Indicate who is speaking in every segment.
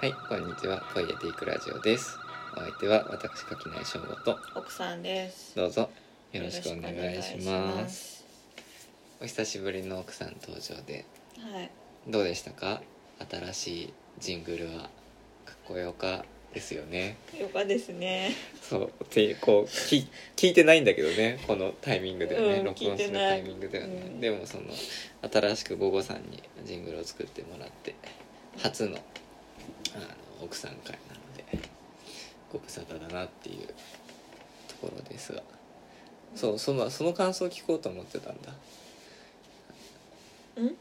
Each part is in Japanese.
Speaker 1: はい、こんにちは。トイレテイクラジオです。お相手は私、柿内翔吾と、
Speaker 2: 奥さんです。
Speaker 1: どうぞよろしくお願いし
Speaker 2: よろしくお願
Speaker 1: ま
Speaker 2: い
Speaker 1: す。
Speaker 2: し
Speaker 1: お久しぶりの奥さん登場で、
Speaker 2: ますはい、
Speaker 1: どうでしたか新しいジングルは、かっこよかですよね。
Speaker 2: よかですね。
Speaker 1: そう、って、こう、き聞いてないんだけどね、このタイミングでね、
Speaker 2: うん
Speaker 1: 録音す
Speaker 2: 聞い
Speaker 1: る
Speaker 2: てない
Speaker 1: タイミングではね。
Speaker 2: うん
Speaker 1: でも、その、新しく午後さんにジングルを作ってもらって、初の、あの、奥さん会なので、ご無沙汰だなっていうところですが。そう、その、その感想を聞こうと思ってたんだ。
Speaker 2: うん、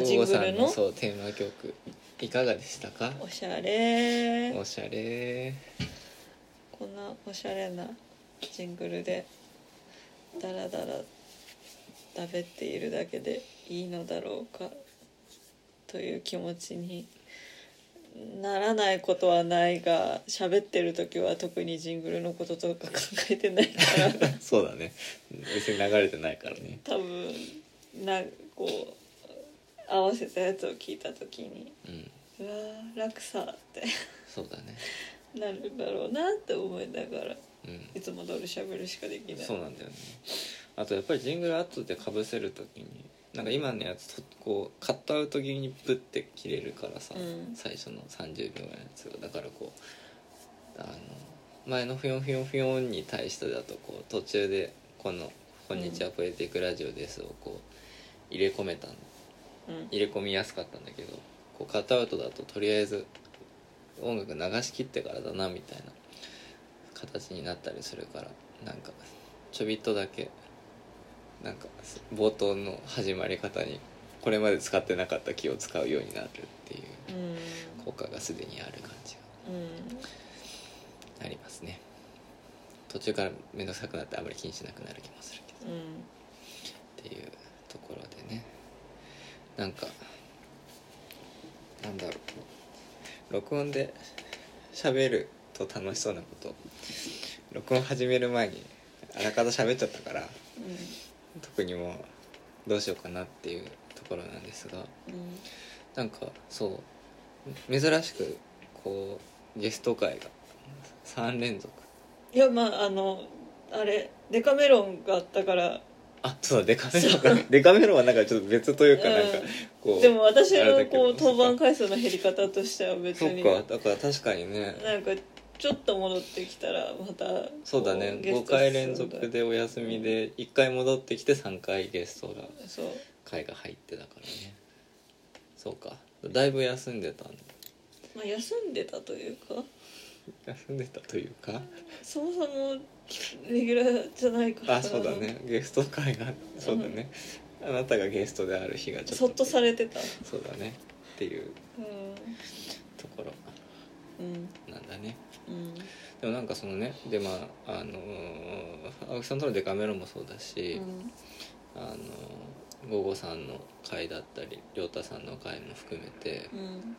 Speaker 1: 午後さ
Speaker 2: ジン
Speaker 1: ん
Speaker 2: グルの
Speaker 1: の、そう、テーマ曲、いかがでしたか
Speaker 2: おしゃれ
Speaker 1: お。しゃれ。
Speaker 2: こんなおしゃれなジングルで。だらだら。食べっているだけでいいのだろうか。という気持ちに。ならないことはないが喋ってる時は特にジングルのこととか考えてないから
Speaker 1: そうだね。別に流れてないからね。
Speaker 2: 多分なこう合わせたやつを聞いた時に
Speaker 1: うん。
Speaker 2: うわー楽さって
Speaker 1: そうだね。
Speaker 2: なるんだろうなって思いながら
Speaker 1: う
Speaker 2: いつも通り喋るしかでき
Speaker 1: ん。
Speaker 2: ない
Speaker 1: そうなんだよね。あとやっぱりジングル後で被せるときに、なんか今のやつとこうカットアウト気味にブって切れるからさ、
Speaker 2: うん
Speaker 1: 最初の30秒のやつがだからこうあの前のフヨンフヨンフヨンに対してだとこう途中でこの「こんにちはポエティックラジオです」をこう入れ込めたの
Speaker 2: うん
Speaker 1: 入れ込みやすかったんだけどこうカットアウトだととりあえず音楽流し切ってからだなみたいな形になったりするからなんかちょびっとだけなんか冒頭の始まり方にこれまで使ってなかった気を使うようになるっていう
Speaker 2: うん
Speaker 1: 効果がすでにある感じ
Speaker 2: うん
Speaker 1: がありますね途中から面倒くさくなってあまり気にしなくなる気もするけど
Speaker 2: うん
Speaker 1: っていうところでねなんかなんだろう録音で喋ると楽しそうなこと録音始める前にあらかた喋っちゃったから特にもうどうしようかなっていうところなんですが
Speaker 2: うん
Speaker 1: なんかそう珍しくこうゲスト会が3連続
Speaker 2: いやまああのあれデカメロンがあったから
Speaker 1: あそうだデカメロンかデカメロンはなんかちょっと別というか、
Speaker 2: うん
Speaker 1: なんかこう
Speaker 2: でも私
Speaker 1: あれだ
Speaker 2: の
Speaker 1: けど
Speaker 2: こう登板回数の減り方としては別
Speaker 1: そっ
Speaker 2: に
Speaker 1: かだから確かにね
Speaker 2: なんかちょっと戻ってきたらまた
Speaker 1: そうだね
Speaker 2: こゲス
Speaker 1: 5
Speaker 2: ト出
Speaker 1: 回
Speaker 2: 演
Speaker 1: 連続でお休みで1回戻ってきて3回ゲストが
Speaker 2: そう
Speaker 1: 回が入ってだからねそうかだいぶ休んでたん
Speaker 2: まあ休んでたというか
Speaker 1: 休んでたというか
Speaker 2: そもそもレギュラーじゃないから
Speaker 1: あそうだねゲスト会がそうだねあなたがゲストである日がちょっと
Speaker 2: そっとされてた
Speaker 1: そうだねっていう
Speaker 2: う
Speaker 1: ところ
Speaker 2: んうん
Speaker 1: なんだね
Speaker 2: うん
Speaker 1: でもなんかそのねでまああのー青木さんとのデカメロもそうだし、あの午後さんの回だったり亮太さんの回も含めて
Speaker 2: うん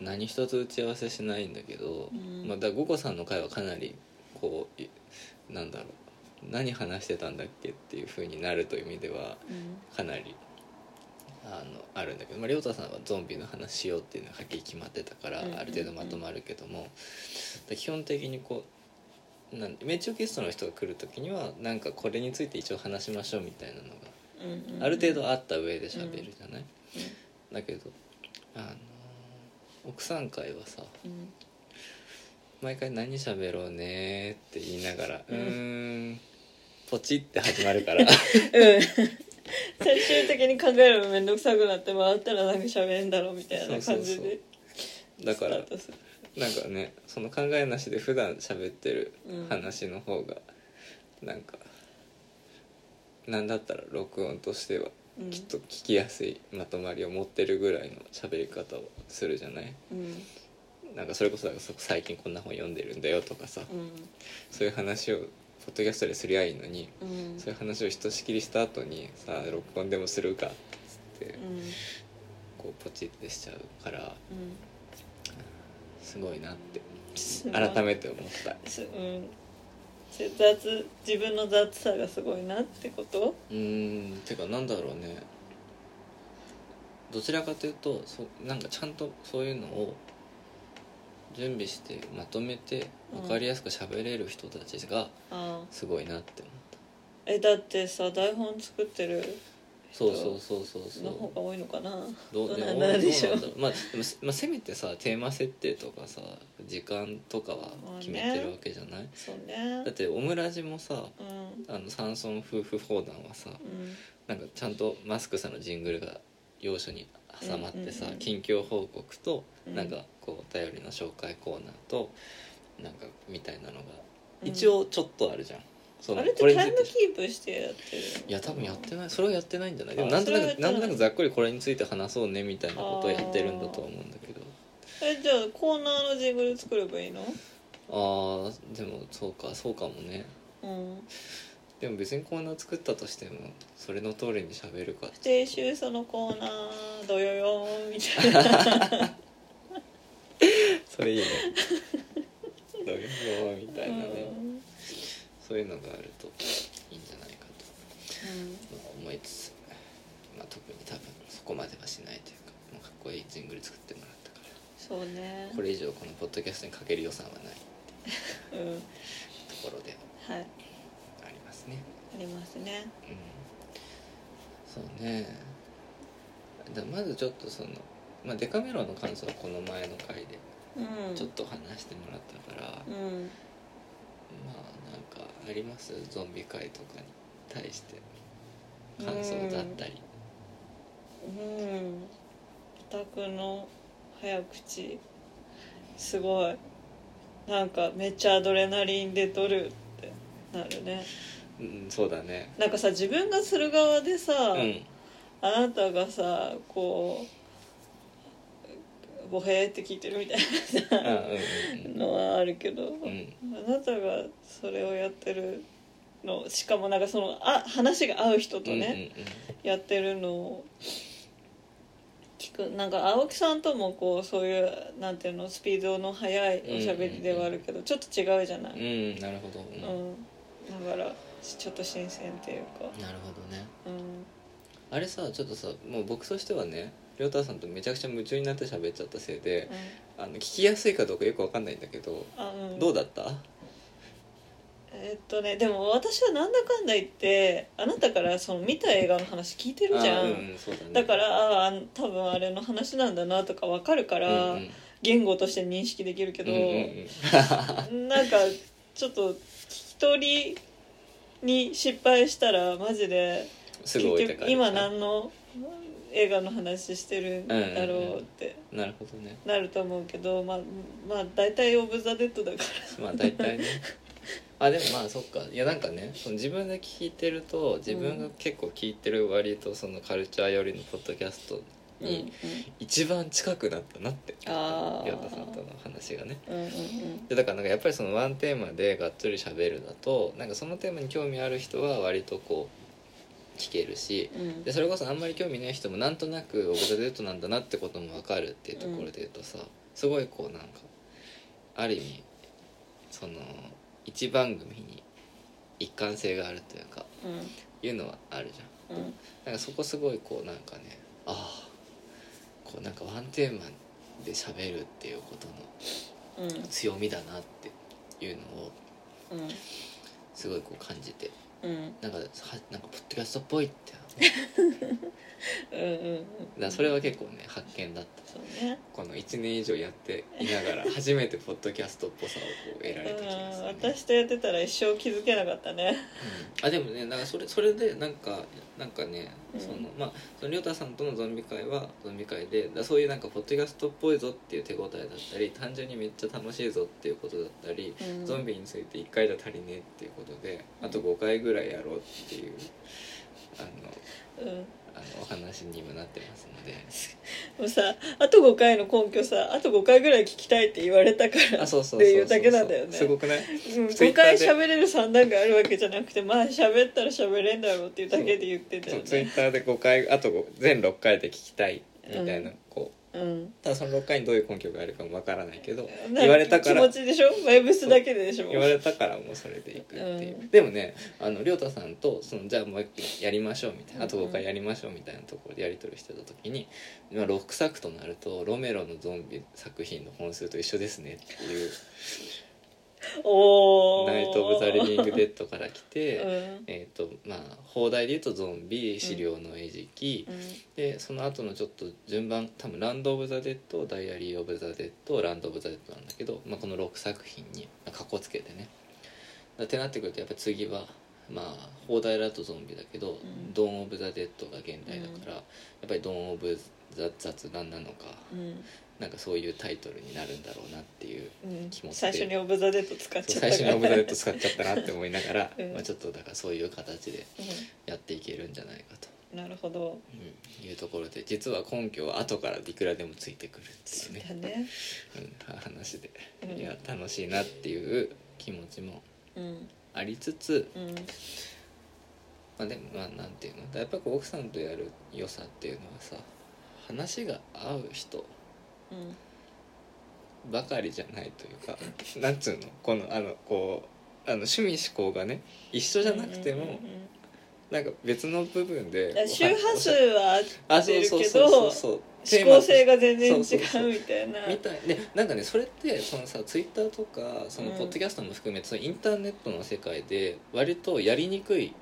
Speaker 1: 何一つ打ち合わせしないんだけど、
Speaker 2: うん
Speaker 1: まあ、だ午後さんの回はかなりこういなんだろう何話してたんだっけっていう風になるという意味では
Speaker 2: うん
Speaker 1: かなりあのあるんだけど、まあ、亮太さんはゾンビの話しようっていうのははっきり決まってたから、
Speaker 2: うんうんうん
Speaker 1: ある程度まとまるけどもで基本的にこうなん名中ゲストの人が来る時にはなんかこれについて一応話しましょうみたいなのが
Speaker 2: うんうん
Speaker 1: ある程度あった上で喋るじゃない、だけどあの奥さん会はさ
Speaker 2: うん
Speaker 1: 毎回「何喋ろうね」って言いながら「う
Speaker 2: うん
Speaker 1: ーんポチ」って始まる から
Speaker 2: うん最終的に考えるの面倒くさくなって回ったらなんか喋んだろうみたいな感じで
Speaker 1: だから
Speaker 2: スタートする
Speaker 1: なんかねその考えなしで普段喋ってる
Speaker 2: うん
Speaker 1: 話の方がなんかなんだったら録音としては
Speaker 2: うん
Speaker 1: きっと聞きやすいまとまりを持ってるぐらいの喋り方をするじゃない
Speaker 2: うん
Speaker 1: なんかそれこそなんかそ最近こんな本読んでるんだよとかさ
Speaker 2: うん
Speaker 1: そういう話をポッドキャストですりゃいいのに
Speaker 2: うん
Speaker 1: そういう話をひとしきりした後にさあ録音でもするかっつって
Speaker 2: うん
Speaker 1: こうポチってしちゃうから
Speaker 2: うん
Speaker 1: すごいなって
Speaker 2: すごい
Speaker 1: 改めて思った
Speaker 2: すうんせ雑自分の雑さがすごいなってこと
Speaker 1: うーんてかなんだろうねどちらかというとそなんかちゃんとそういうのを準備してまとめて分かりやすく喋れる人たちが
Speaker 2: あ
Speaker 1: すごいなって思
Speaker 2: えだってさ台本作ってる
Speaker 1: う、そうそうそうそうそ
Speaker 2: の方
Speaker 1: う
Speaker 2: が多いのかな
Speaker 1: どう
Speaker 2: どう
Speaker 1: でも
Speaker 2: なん
Speaker 1: どうな
Speaker 2: だ
Speaker 1: ん
Speaker 2: で
Speaker 1: だ
Speaker 2: しょ
Speaker 1: ろ
Speaker 2: う
Speaker 1: う、まあ、でもせまあせめてさテーマ設定とかさ時間とかは決めてるわけじゃない、
Speaker 2: そうね
Speaker 1: だってオムラジもさ
Speaker 2: うんうん
Speaker 1: あの山村夫婦砲弾はさなんかちゃんとマスクさんのジングルが要所に挟まってさ、
Speaker 2: うんうんうん
Speaker 1: 近況報告と
Speaker 2: うん
Speaker 1: なんかこうお便りの紹介コーナーとなんかみたいなのが
Speaker 2: うん
Speaker 1: 一応ちょっとあるじゃん、その
Speaker 2: あれっ
Speaker 1: これ
Speaker 2: て
Speaker 1: につ
Speaker 2: タ
Speaker 1: い
Speaker 2: イム
Speaker 1: て
Speaker 2: キープしてやってるの
Speaker 1: いや多分やってないそれはやってないんじゃないでも
Speaker 2: あ
Speaker 1: なんと
Speaker 2: それは
Speaker 1: な
Speaker 2: や
Speaker 1: く
Speaker 2: って
Speaker 1: な
Speaker 2: ない
Speaker 1: んとなくざっくりこれについて話そうねみたいなことをやってるんだとは思うんだけど
Speaker 2: えじゃあコーナーのジングル作ればいいの
Speaker 1: あーでもそうかそうかもね
Speaker 2: うん
Speaker 1: でも別にコーナー作ったとしてもそれの通りに喋るかって
Speaker 2: 先週そのコーナーどよよーんみたいな
Speaker 1: それいいね どう いうみたいなね、
Speaker 2: うん
Speaker 1: そういうのがあるといいんじゃないかとまあ思いつつ、まあ、特に多分そこまではしないというかもうかっこいいジングル作ってもらったから
Speaker 2: そうね
Speaker 1: これ以上このポッドキャストにかける予算はない
Speaker 2: うん
Speaker 1: ところで
Speaker 2: はい
Speaker 1: はありますね
Speaker 2: ありますね
Speaker 1: うんそうねだまずちょっとその、まあ、デカメロンの感想はこの前の回で
Speaker 2: うん
Speaker 1: ちょっと話してもらったから、
Speaker 2: うん
Speaker 1: まあなんかありますゾンビ界とかに対して感想だったり
Speaker 2: うんオタクの早口すごいなんかめっちゃアドレナリン出とるってなるね
Speaker 1: うん、そうだね
Speaker 2: なんかさ自分がする側でさ、
Speaker 1: うん
Speaker 2: あなたがさこうボヘーって聞いてるみたい
Speaker 1: うんうん
Speaker 2: なのはあるけど、
Speaker 1: うんうん
Speaker 2: あなたがそれをやってるのしかもなんかそのあ話が合う人とね、やってるのを聞くなんか青木さんともこうそういうなんていうのスピードの速いおしゃべりではあるけど、ちょっと違うじゃな
Speaker 1: うんう
Speaker 2: い、
Speaker 1: ん、うん、なるほど、うん
Speaker 2: うんだからちょっと新鮮っていうか、
Speaker 1: なるほどね
Speaker 2: うん、
Speaker 1: あれさちょっとさもう僕としてはね亮太さんとめちゃくちゃ夢中になって喋っちゃったせいであの聞きやすいかどうかよくわかんないんだけど
Speaker 2: あうん
Speaker 1: どうだった
Speaker 2: えっとねでも私はなんだかんだ言ってあなたからその見た映画の話聞いてるじゃ
Speaker 1: あ
Speaker 2: ん、
Speaker 1: うんうんそうだね
Speaker 2: だからああん多分あれの話なんだなとかわかるか
Speaker 1: うん
Speaker 2: ら、
Speaker 1: うん
Speaker 2: 言語として認識できるけど、
Speaker 1: うんうんうん
Speaker 2: なんかちょっと聞き取りに失敗したらマジです結
Speaker 1: ぐ置いて
Speaker 2: 局
Speaker 1: かれ
Speaker 2: 今
Speaker 1: な
Speaker 2: 何の映画の話してるんだろうって
Speaker 1: なるほどね
Speaker 2: なると思うけどまあまあ大体「オブ・ザ・デッド」だか
Speaker 1: まあ大体ね あでもまあそっかいやなんかねその自分で聞いてると自分が結構聞いてる割とそのカルチャー寄りのポッドキャスト
Speaker 2: ら。
Speaker 1: に一番近くなったなって
Speaker 2: あー
Speaker 1: 亮太さんとの話がね
Speaker 2: うんうんうん
Speaker 1: でだからなんかやっぱりそのワンテーマでがっつり喋るだとなんかそのテーマに興味ある人は割とこう聞けるし
Speaker 2: うん
Speaker 1: でそれこそあんまり興味ない人もなんとなくオブザデートなんだなってことも分かるっていうところで言うとさ、すごいこうなんかある意味その一番組に一貫性があるというか
Speaker 2: うん
Speaker 1: いうのはあるじゃん。
Speaker 2: うん
Speaker 1: なんかそこすごいこうなんかねああこうなんかワンテーマで喋るっていうことの
Speaker 2: うん
Speaker 1: 強みだなっていうのを
Speaker 2: うん
Speaker 1: すごいこう感じて
Speaker 2: うん
Speaker 1: なんかはなんかポッドキャストっぽいって
Speaker 2: うんうん
Speaker 1: だからそれは結構ね発見だった
Speaker 2: そうね
Speaker 1: この1年以上やっていながら 初めてポッドキャストっぽさをこう得られた気がす
Speaker 2: うん
Speaker 1: る、ね
Speaker 2: 私とやってたら一生気づけなかったね
Speaker 1: うんあでもねなんかそれそれでなんかなんかね、
Speaker 2: うん
Speaker 1: そのまあその亮太さんとのゾンビ会はゾンビ会でだそういうなんかポッドキャストっぽいぞっていう手応えだったり単純にめっちゃ楽しいぞっていうことだったり、
Speaker 2: うん
Speaker 1: ゾンビについて1回じゃ足りねえっていうことであと5回ぐらいやろうっていうあの
Speaker 2: うん
Speaker 1: あのお話にもなってますので
Speaker 2: もうさあと5回の根拠さあと5回ぐらい聞きたいって言われたから
Speaker 1: あそうそうそうそう
Speaker 2: っていうだけなんだよね
Speaker 1: すごくない
Speaker 2: うん、
Speaker 1: ツイッター
Speaker 2: 5回
Speaker 1: で
Speaker 2: 喋れる算段があるわけじゃなくてまあ喋ったら喋れんだろうっていうだけで言ってた
Speaker 1: そ
Speaker 2: よ
Speaker 1: うツイ
Speaker 2: ね
Speaker 1: ッターで5回あと5全6回で聞きたいみたいな、
Speaker 2: うん
Speaker 1: こう
Speaker 2: うん
Speaker 1: ただその6回にどういう根拠があるかもわからないけど
Speaker 2: な
Speaker 1: 言われたから
Speaker 2: 気持ちでしょバイブスだけででしょ
Speaker 1: 言われたからもうそれでいくっていう、
Speaker 2: うん
Speaker 1: でもねあの亮太さんとそのじゃあもう一回やりましょうみたいなあと
Speaker 2: うんうん
Speaker 1: 5回やりましょうみたいなところでやり取りしてた時に、まあ、6作となるとロメロのゾンビ作品の本数と一緒ですねっていう「
Speaker 2: おお
Speaker 1: ナイト・オブ・ザ・リビング・デッド」から来て、
Speaker 2: うん
Speaker 1: えっとまあ放題で言うとゾンビ資料の餌食、でその後のちょっと順番多分「ランド・オブ・ザ・デッド」「ダイアリー・オブ・ザ・デッド」「ランド・オブ・ザ・デッド」なんだけど、まあ、この6作品にまあかっこつけてねだってなってくるとやっぱり次はまあ放題だとゾンビだけど「
Speaker 2: ん
Speaker 1: ドーン・オブ・ザ・デッド」が現代だから、やっぱり「ドーン・オブ・ザ・雑談」なのか
Speaker 2: うん
Speaker 1: なんかそういうタイトルになるんだろうなっていう
Speaker 2: うん
Speaker 1: 気持ちで
Speaker 2: 最初にオブ・ザ・デッド使っ ちゃった
Speaker 1: 最初に「オブ・ザ・デッド」使っちゃったなって思いながら、
Speaker 2: うん
Speaker 1: まあ、ちょっとだからそういう形で
Speaker 2: う
Speaker 1: やっていけるんじゃないかと。
Speaker 2: んなるほど
Speaker 1: うんいうところで実は根拠は後からいくらでもついてくるっていうね
Speaker 2: だね
Speaker 1: うん、話で
Speaker 2: うん
Speaker 1: いや楽しいなっていう気持ちも
Speaker 2: うん
Speaker 1: ありつつ、
Speaker 2: うん
Speaker 1: まあ、でもまあなんていうのやっぱりこう奥さんとやる良さっていうのはさ話が合う人
Speaker 2: うん
Speaker 1: ばかりじゃないという かなんつうのこのあのこうあの趣味思考がね一緒じゃなくても、
Speaker 2: うんうんうん
Speaker 1: なんか別の部分で
Speaker 2: だから周波数は合
Speaker 1: あ
Speaker 2: って
Speaker 1: そう
Speaker 2: る
Speaker 1: そうそ
Speaker 2: け
Speaker 1: うそう
Speaker 2: ど
Speaker 1: そう
Speaker 2: 指向性が全然違
Speaker 1: そうそうそう
Speaker 2: うみたいな
Speaker 1: みたいでなんかねそれってそのさツイッターとかその
Speaker 2: うん
Speaker 1: ポッドキャストも含めて、そのインターネットの世界で割とやりにくい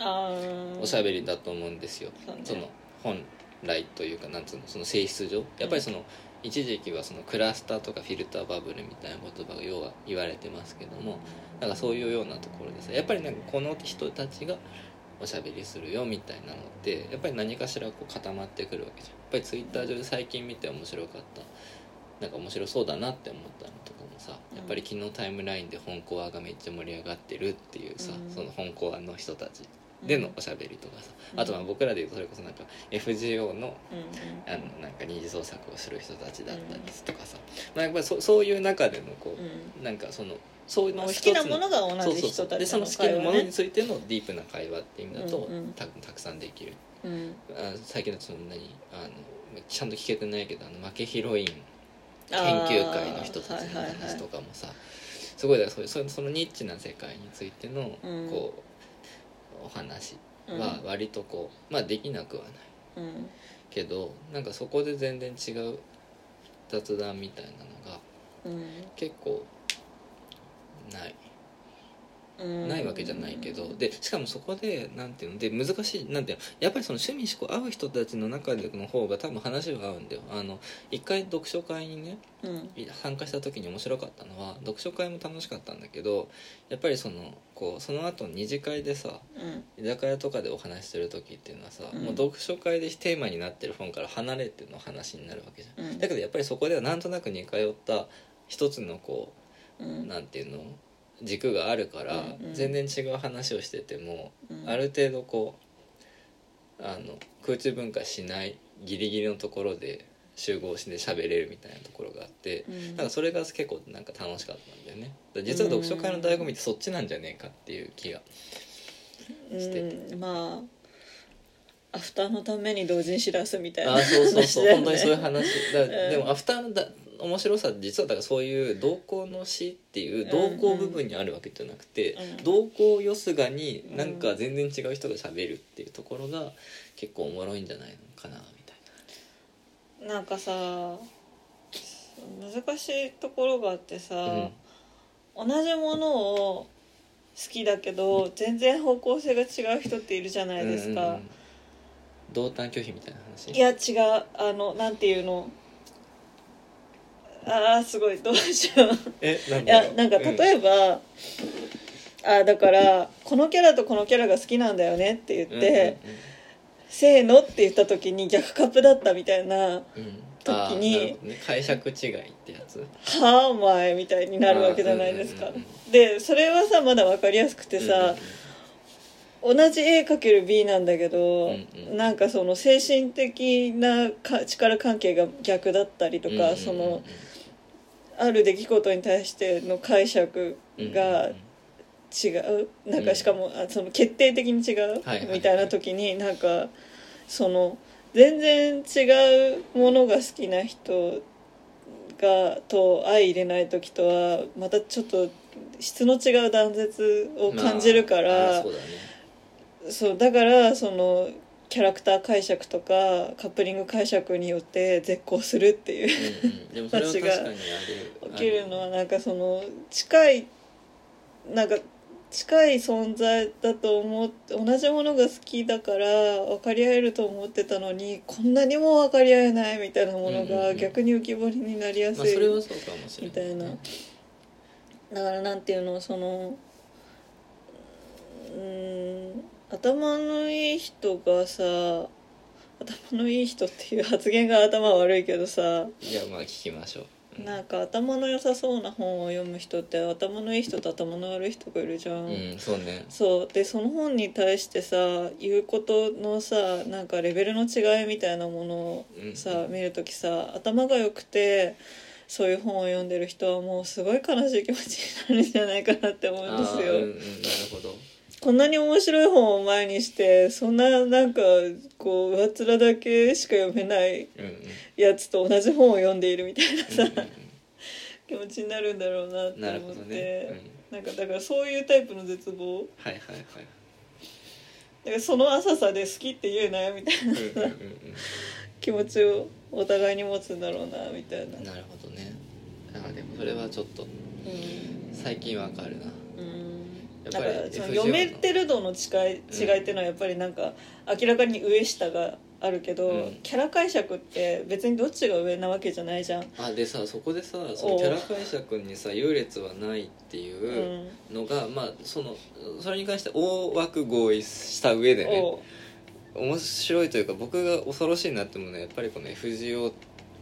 Speaker 2: あー
Speaker 1: おしゃべりだと思うんですよ、
Speaker 2: そうね
Speaker 1: その本来というかなんつうのその性質上やっぱりその、一時期はそのクラスターとかフィルターバブルみたいな言葉が要は言われてますけどもなんかそういうようなところでさやっぱりなんかこの人たちがおしゃべりするよみたいなのってやっぱり何かしらこう固まってくるわけじゃんやっぱりツイッター上で最近見て面白かったなんか面白そうだなって思ったのとかもさやっぱり昨日タイムラインで本コアがめっちゃ盛り上がってるっていうさ、
Speaker 2: うん
Speaker 1: その本コアの人たちでのおしゃべりとかさ、あとは僕らでいうとそれこそなんか FGO の
Speaker 2: うんうん
Speaker 1: あのなんか二次創作をする人たちだったりとかさ、まあ、やっぱりそそういう中でのこ
Speaker 2: う
Speaker 1: う、
Speaker 2: ん
Speaker 1: なんかそのそういう
Speaker 2: ま
Speaker 1: のを
Speaker 2: あ好
Speaker 1: 一つ
Speaker 2: きなものが
Speaker 1: そ
Speaker 2: 同
Speaker 1: う
Speaker 2: じ
Speaker 1: そう
Speaker 2: 人
Speaker 1: そ
Speaker 2: た
Speaker 1: う
Speaker 2: ち
Speaker 1: でその好き
Speaker 2: 会
Speaker 1: な
Speaker 2: 話
Speaker 1: ものに
Speaker 2: ね
Speaker 1: ついてのディープな会話っていう意味だと、
Speaker 2: うんうん
Speaker 1: たたくさんできる
Speaker 2: うん
Speaker 1: あ最近だとその何あのちゃんと聞けてないけどあの負けヒロイン研
Speaker 2: あー
Speaker 1: 究会の人たちの
Speaker 2: はいはいは
Speaker 1: 話
Speaker 2: い
Speaker 1: とかもさ、すごいだからそういうそういうそのニッチな世界についての、
Speaker 2: うん
Speaker 1: こうお話は割とこう、まあできなくはない
Speaker 2: うんうん
Speaker 1: けどなんかそこで全然違う雑談みたいなのが
Speaker 2: うん
Speaker 1: 結構ない
Speaker 2: うん
Speaker 1: ないわけじゃないけど、でしかもそこでなんていうので難しいなんていうのやっぱりその趣味思考合う人たちの中での方が多分話は合うんだよあの一回読書会にね
Speaker 2: うん
Speaker 1: 参加した時に面白かったのは読書会も楽しかったんだけどやっぱりそのこうその後二次会でさ
Speaker 2: うん
Speaker 1: 居酒屋とかでお話しする時っていうのはさ、
Speaker 2: うん
Speaker 1: もう読書会でテーマになってる本から離れての話になるわけじゃん、
Speaker 2: うん
Speaker 1: だけどやっぱりそこではなんとなく似通った一つのこう
Speaker 2: うん
Speaker 1: なんていうの軸があるから、
Speaker 2: うんうん
Speaker 1: 全然違う話をしてても、
Speaker 2: うん
Speaker 1: ある程度こうあの空中分解しないギリギリのところで集合して喋れるみたいなところがあって、
Speaker 2: うん
Speaker 1: なんかそれが結構なんか楽しかったんだよねだから実は読書会の醍醐味ってそっちなんじゃねえかっていう気が、して
Speaker 2: うんまあアフターのために同人知らすみたいな
Speaker 1: あーそうそう
Speaker 2: 話
Speaker 1: そう、
Speaker 2: だよ
Speaker 1: 本当にそういう
Speaker 2: ね
Speaker 1: 話だから、
Speaker 2: うん
Speaker 1: でもアフターのだ面白さって実はだからそういう同行の詩っていう
Speaker 2: うんう
Speaker 1: 同
Speaker 2: ん
Speaker 1: 行部分にあるわけじゃなくて、
Speaker 2: うん
Speaker 1: 同行よすがになんか全然違う人が喋るっていうところが結構おもろいんじゃないのかなみたい
Speaker 2: なんかさ難しいところがあってさ、
Speaker 1: な。うん
Speaker 2: 同じものを好きだけど全然方向性が違う人っているじゃないですか、
Speaker 1: うんうんうん同担拒否みたいな話
Speaker 2: いや違うあのなんていうのああすごいどうしよう
Speaker 1: えなん
Speaker 2: いやなんか
Speaker 1: え
Speaker 2: 例えば、あーだからこのキャラとこのキャラが好きなんだよねって言って、せーのって言った時に逆カップだったみたいな
Speaker 1: うんうんうん
Speaker 2: 時に
Speaker 1: あーなるほどね解釈違いってやつ
Speaker 2: はあお前みたいになるわけじゃないですか、
Speaker 1: うんうんうん
Speaker 2: でそれはさまだ分かりやすくて
Speaker 1: うんうんう
Speaker 2: さ
Speaker 1: ん、
Speaker 2: 同じ A×B なんだけ
Speaker 1: う
Speaker 2: ど、
Speaker 1: んうん
Speaker 2: なんかその精神的なか力関係が逆だったりとか、
Speaker 1: うんうんうん
Speaker 2: そのある出来事に対しての解釈が違う、なん
Speaker 1: う
Speaker 2: か
Speaker 1: ん
Speaker 2: しかもあその決定的に違う、
Speaker 1: はいはい
Speaker 2: みたいな時になんかその全然違うものが好きな人がと相入れない時とはまたちょっと質の違う断絶を感じるから、
Speaker 1: まああそうだね
Speaker 2: そうだからそのキャラクター解釈とかカップリング解釈によって絶好するっていう
Speaker 1: うんうんでもそれは確かにあり
Speaker 2: 起きるのはなんかその近いなんか近い存在だと思って同じものが好きだから分かり合えると思ってたのにこんなにも分かり合えないみたいなもの
Speaker 1: うんうんう
Speaker 2: が
Speaker 1: ん
Speaker 2: 逆に浮き彫りになりや
Speaker 1: ますあ、
Speaker 2: い
Speaker 1: それはそうかもしれない、
Speaker 2: みたいなだからなんていうのそのうーん頭のいい人がさ頭のいい人っていう発言が頭悪いけどさ
Speaker 1: いやまあ聞きましょう、うん
Speaker 2: なんか頭の良さそうな本を読む人って頭のいい人と頭の悪い人がいるじゃん、
Speaker 1: うんそうね
Speaker 2: そうでその本に対してさ言うことのさなんかレベルの違いみたいなものをさ、
Speaker 1: うん
Speaker 2: 見るときさ頭が良くてそういう本を読んでる人はもうすごい悲しい気持ちになるんじゃないかなって思うんです
Speaker 1: あ
Speaker 2: よ
Speaker 1: ー、うんうん、なるほど
Speaker 2: こんなに面白い本を前にしてそんななんかこう上っ面だけしか読めない
Speaker 1: うんうん
Speaker 2: やつと同じ本を読んでいるみたいなさ、
Speaker 1: うん
Speaker 2: 気持ちになるんだろうなっ
Speaker 1: うんな
Speaker 2: て
Speaker 1: る
Speaker 2: 思
Speaker 1: ほ
Speaker 2: っ
Speaker 1: ど
Speaker 2: て、
Speaker 1: ね、うん、
Speaker 2: なんかだからそういうタイプの絶望
Speaker 1: はいはいはい
Speaker 2: だからその浅さで好きって言うなよみたいな
Speaker 1: うんうんうんうん
Speaker 2: 気持ちをお互いに持つんだろうなみたいな
Speaker 1: なるほどねあでもそれはちょっと
Speaker 2: うん
Speaker 1: 最近わかるな
Speaker 2: うん
Speaker 1: やっ
Speaker 2: だ
Speaker 1: ぱ
Speaker 2: か
Speaker 1: り
Speaker 2: らその
Speaker 1: FGO の
Speaker 2: 読めてる度の違い違いっていうのはやっぱりなんか明らかに上下があるけど、
Speaker 1: うん
Speaker 2: キャラ解釈って別にどっちが上なわけじゃないじゃん、
Speaker 1: あでさそこでさそのキャラ解釈にさ優劣はないって
Speaker 2: うん
Speaker 1: いうのが、まあそのそれに関して大枠合意した上でね
Speaker 2: お
Speaker 1: 面白いというか僕が恐ろしいなって思うのはやっぱりこの FGO っ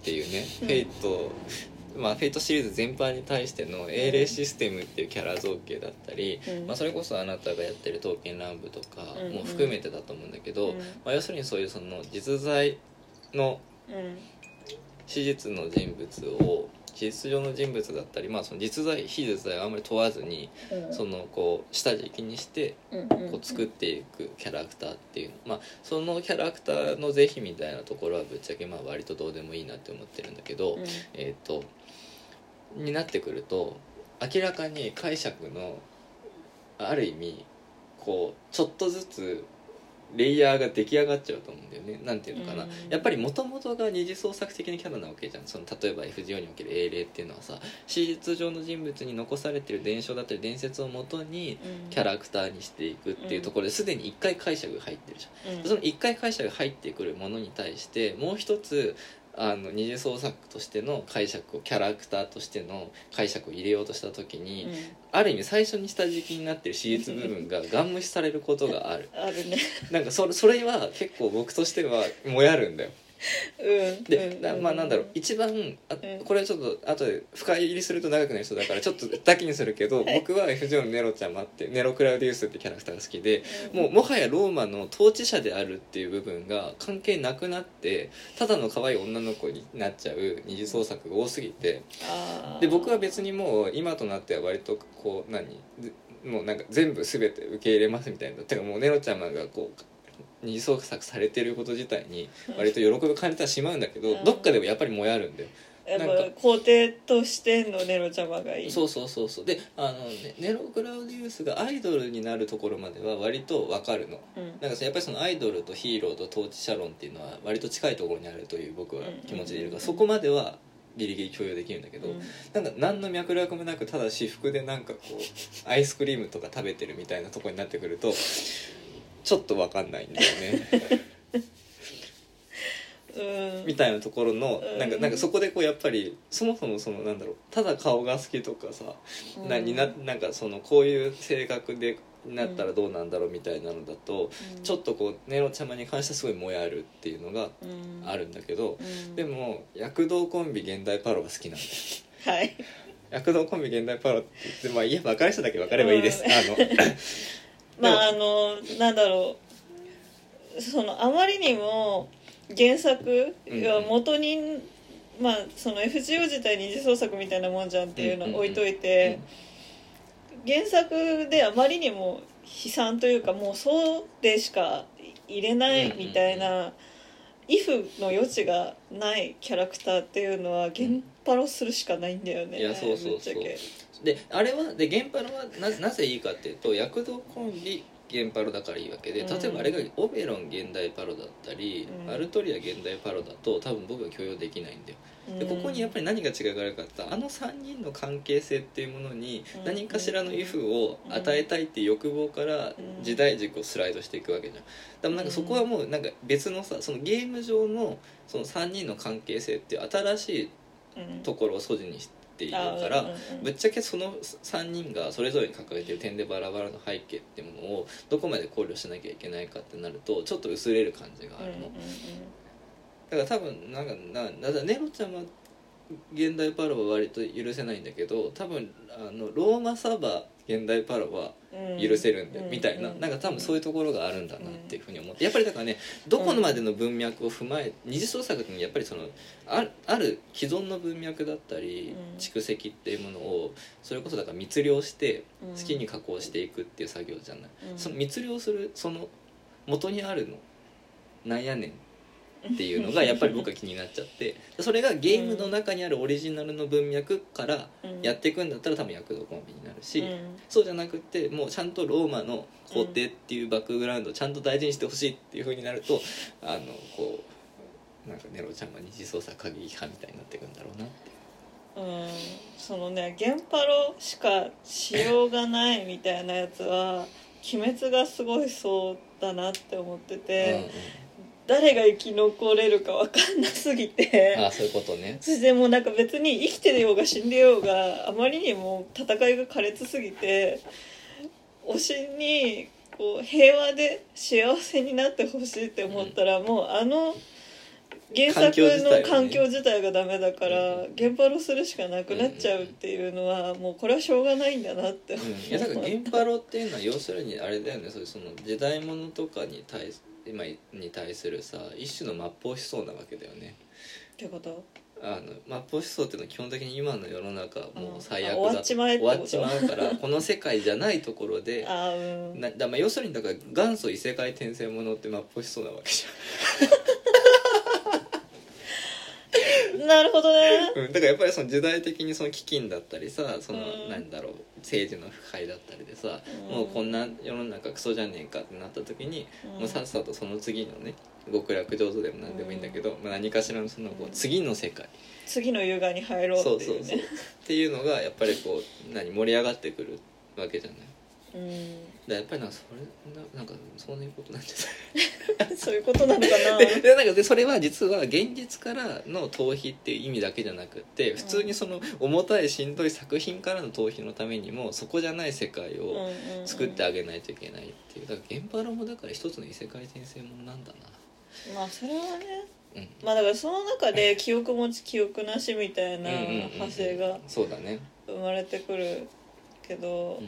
Speaker 1: ていうね、
Speaker 2: うん
Speaker 1: フェイトまあフェイトシリーズ全般に対しての英霊システムっていうキャラ造形だったり、
Speaker 2: うん
Speaker 1: まあ、それこそあなたがやってる刀剣乱舞とか
Speaker 2: うんうん
Speaker 1: も含めてだと思うんだけど、
Speaker 2: うん
Speaker 1: まあ、要するにそういうその実在の
Speaker 2: うん
Speaker 1: 史実の人物を史実上の人物だったり、まあ、その実在非実在はあんまり問わずに
Speaker 2: うん
Speaker 1: そのこう下敷きにして
Speaker 2: うん
Speaker 1: こう作っていくキャラクターっていうの、まあ、そのキャラクターの是非みたいなところはぶっちゃけまあ割とどうでもいいなって思ってるんだけど、
Speaker 2: うん
Speaker 1: えー、とになってくると明らかに解釈のある意味こうちょっとずつレイヤーが出来上がっちゃうと思うんだよねなんていうのかな、
Speaker 2: うん
Speaker 1: やっぱりもともとが二次創作的なキャラなわけじゃんその例えば FGO における英霊っていうのはさ史実上の人物に残されてる伝承だったり伝説をもとに
Speaker 2: うん
Speaker 1: キャラクターにしていくっていうところですでに一回解釈が入ってるじゃん
Speaker 2: うん
Speaker 1: その一回解釈が入ってくるものに対してもう一つあの二次創作としての解釈をキャラクターとしての解釈を入れようとした時に、
Speaker 2: うん
Speaker 1: ある意味最初に下敷きになってる私立部分がガン無視されることが ある
Speaker 2: あるね
Speaker 1: なんかそれそれは結構僕としてはもやるんだよ
Speaker 2: うん
Speaker 1: で
Speaker 2: う、ん
Speaker 1: なまあなんだろう一番あ
Speaker 2: うん
Speaker 1: これはちょっと後で深入りすると長くなりそうだからちょっとだけにするけど僕は FJ のネロちゃんもあってネロクラウディウスってキャラクターが好きでもうもはやローマの統治者であるっていう部分が関係なくなってただの可愛い女の子になっちゃう二次創作が多すぎて
Speaker 2: あー
Speaker 1: で僕は別にもう今となっては割とこう何ずもうなんか全部全て受け入れますみたいなてかもうネロちゃまがこう二次創作されてること自体に割と喜びを感じてはしまうんだけど
Speaker 2: うん
Speaker 1: どっかでもやっぱりもやるんだよ
Speaker 2: やっぱ
Speaker 1: なん
Speaker 2: 皇帝としてのネロちゃまがいい
Speaker 1: そうそうそうそうであの、ね、ネロ・グラウディウスがアイドルになるところまでは割とわかるの
Speaker 2: うん、
Speaker 1: なんかさやっぱりそのアイドルとヒーローと統治者論っていうのは割と近いところにあるという僕は気持ちでいるから
Speaker 2: うん
Speaker 1: そこまではギリギリ許容できるんだけど、
Speaker 2: うん
Speaker 1: なんか何の脈絡もなくただ私服でなんかこうアイスクリームとか食べてるみたいなとこになってくるとちょっと分かんないんだよね
Speaker 2: うん
Speaker 1: みたいなところのなんか
Speaker 2: うん
Speaker 1: なんかそこでこうやっぱりそもそもそのなんだろうただ顔が好きとかさなにななんかそのこういう性格でなったらどうなんだろうみたいなのだとちょっ
Speaker 2: と
Speaker 1: とこうネロちゃまに関してはすごいもやるっていうのがあるんだけど、でも躍動コンビ現代パロは好きなんだよ
Speaker 2: はい
Speaker 1: 躍動コンビ現代パロって言ってまあいや分かる人だけ分かればいいです、
Speaker 2: うん
Speaker 1: あの
Speaker 2: まああのなんだろうそのあまりにも原作
Speaker 1: うん
Speaker 2: 要は元に、まあその FGO 自体二次創作みたいなもんじゃんっていうのを置いといて、原作であまりにも悲惨というかもうそうでしか入れないみたいなイフの余地がないキャラクターっていうのは原パロするしかないんだよね、
Speaker 1: いやそうそうそう
Speaker 2: ぶっちゃけ
Speaker 1: であれはで原パロはななぜいいかっていうと躍動コンビ原パロだからいいわけで例えばあれがオベロン現代パロだったり、
Speaker 2: うん
Speaker 1: アルトリア現代パロだと多分僕は許容できないんだよでここにやっぱり何が違うかってあの3人の関係性っていうものに
Speaker 2: うん
Speaker 1: 何かしらの「イフ」を与えたいっていう欲望から
Speaker 2: うん
Speaker 1: 時代軸をスライドしていくわけじゃんでもなんかそこはもうなんか別のさそのゲーム上のその3人の関係性っていう新しい
Speaker 2: り
Speaker 1: ところを素地にしているからぶっちゃけその3人がそれぞれに掲げてる点でバラバラの背景っていうものをどこまで考慮しなきゃいけないかってなるとちょっと薄れる感じがあるの。だから多分なんかなだからネロちゃんは現代パロは割と許せないんだけど多分あのローマサバ現代パロは許せるんで、みたいな、なんか多分そういう
Speaker 2: う
Speaker 1: ところがあるんだなっていうふうに思って、やっぱりだからねどこまでの文脈を踏まえ二次創作にやっぱりそのあるある既存の文脈だったり、
Speaker 2: うん
Speaker 1: 蓄積っていうものをそれこそだから密漁して
Speaker 2: う
Speaker 1: 好
Speaker 2: ん
Speaker 1: きに加工していくっていう作業じゃない、
Speaker 2: うん
Speaker 1: その密漁するその元にあるのなんやねんっていうの がやっぱり僕は気になっちゃってそれがゲームの中にあるオリジナルの文脈から
Speaker 2: うん
Speaker 1: やっていくんだったら多分躍動コンビになるし、
Speaker 2: うん
Speaker 1: そうじゃなくてもうちゃんとローマの皇帝っていうバックグラウンドをちゃんと大事にしてほしいっていうふうになるとあのこうなんかネロちゃんが二次創作過激派みたいになっていくんだろうなって
Speaker 2: うんそのね原パロしかしようがないみたいなやつは鬼滅がすごいそうだなって思ってて、誰が生き残れるか分かんなすぎて
Speaker 1: うんうんあそういうことね。
Speaker 2: そしてもうなんか別に生きてようが死んでようがあまりにも戦いが苛烈すぎて推しにこう平和で幸せになってほしいって思ったら、もうあの原作
Speaker 1: 環境自体は
Speaker 2: の
Speaker 1: ね
Speaker 2: 環境自体がダメだから、
Speaker 1: うん
Speaker 2: 原パロするしかなくなっちゃうっていうのは、もうこれはしょうがないんだなって思
Speaker 1: うん、いやだから原パロっていうのは要するにあれだよねそういうその時代物とかに対す今に対するさ一種の末法思想なわけだよね
Speaker 2: ってこと
Speaker 1: あの末法思想っていうのは基本的に今の世の中はもう最悪だ
Speaker 2: あ終わっちまえってこと
Speaker 1: 終わっちまう からこの世界じゃないところで
Speaker 2: あーうん
Speaker 1: なだまあ要するにだから元祖異世界転生ものって末法思想なわけじ
Speaker 2: なるほどね
Speaker 1: ゃん、うん、だからやっぱりその時代的にその飢饉だったりさその
Speaker 2: うん
Speaker 1: なんだろう政治の腐敗だったりでさ
Speaker 2: うん
Speaker 1: もうこんな世の中クソじゃねえかってなった時にもうさっさとその次のね極楽浄土でも何でもいいんだけど、まあ、何かしらのそのこう次の世界、
Speaker 2: 次の優雅に入ろ
Speaker 1: そうう
Speaker 2: って
Speaker 1: そ
Speaker 2: いうう
Speaker 1: そう
Speaker 2: ね
Speaker 1: っていうのがやっぱりこう何盛り上がってくるわけじゃないだか
Speaker 2: うん
Speaker 1: らやっぱりなんかそれななんかそういうことなんじ
Speaker 2: そういうことなのか
Speaker 1: ゃ
Speaker 2: な
Speaker 1: ない ででなんかでそれは実は現実からの逃避っていう意味だけじゃなくって普通にその重たいしんどい作品からの逃避のためにもそこじゃない世界を
Speaker 2: うんうんうん
Speaker 1: 作ってあげないといけないっていうだから現場論もだから一つの異世界転生ものなんだ
Speaker 2: まあそれはね
Speaker 1: なうん
Speaker 2: まあだからその中で記憶持ち記憶なしみたいな
Speaker 1: うんうんうんうん
Speaker 2: 派生が
Speaker 1: そうだね
Speaker 2: 生まれてくるけど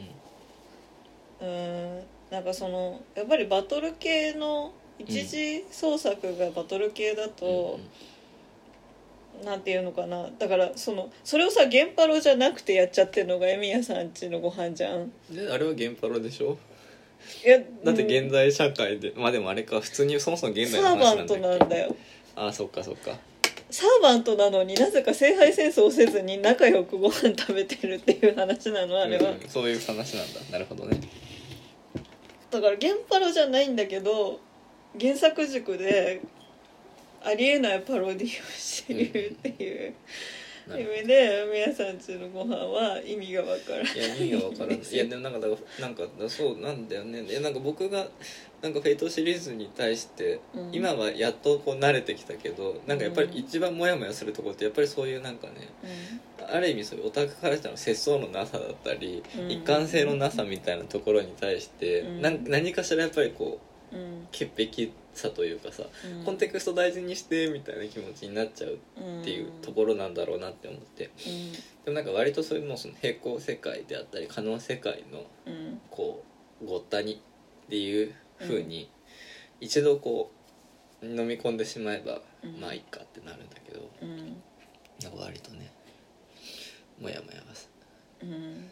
Speaker 1: うん
Speaker 2: うーんなんかそのやっぱりバトル系の一次創作がバトル系だと、なんていうのかなだからそのそれをさ原パロじゃなくてやっちゃってるのがエミヤさんちのご飯じゃん
Speaker 1: うんであれは原パロでしょ
Speaker 2: いや
Speaker 1: だって
Speaker 2: うん
Speaker 1: 現在社会で、まあでもあれか普通にそもそも現代の
Speaker 2: サ
Speaker 1: 話
Speaker 2: ーバ
Speaker 1: なんだ
Speaker 2: ン
Speaker 1: っけ
Speaker 2: トなんだよ
Speaker 1: あそっかそっか
Speaker 2: サーバントなのになぜか聖杯戦争をせずに仲良くご飯食べてるっていう話なのあれは、
Speaker 1: うんそういう話なんだなるほどね
Speaker 2: だから原パロじゃないんだけど原作軸でありえないパロディをしているっていう
Speaker 1: な
Speaker 2: 意
Speaker 1: るほど
Speaker 2: 味で皆さんちのご飯は意味がわからない
Speaker 1: いや意味がわ からないいやでもなんかだからなんかだそうなんだよねでなんか僕がなんかフェイトシリーズに対して、
Speaker 2: うん
Speaker 1: 今はやっとこう慣れてきたけどなんかやっぱり一番モヤモヤするところってやっぱりそういうなんかねある意味そういうオタクからしたら節操のなさだったり、
Speaker 2: うん
Speaker 1: 一貫性のなさみたいなところに対して、
Speaker 2: うん
Speaker 1: なん、何かしらやっぱりこう
Speaker 2: うんうん
Speaker 1: 潔癖さというかさ、
Speaker 2: うん
Speaker 1: コンテクスト大事にしてみたいな気持ちになっちゃうっていうところなんだろうなって思ってでもなんか割とそういうもうその平行世界であったり可能世界の
Speaker 2: うんうん
Speaker 1: こうごったにっていう風に一度こう飲み込んでしまえば
Speaker 2: うん
Speaker 1: まあいいかってなるんだけど
Speaker 2: うん
Speaker 1: なんか割とねモヤモヤはす
Speaker 2: うん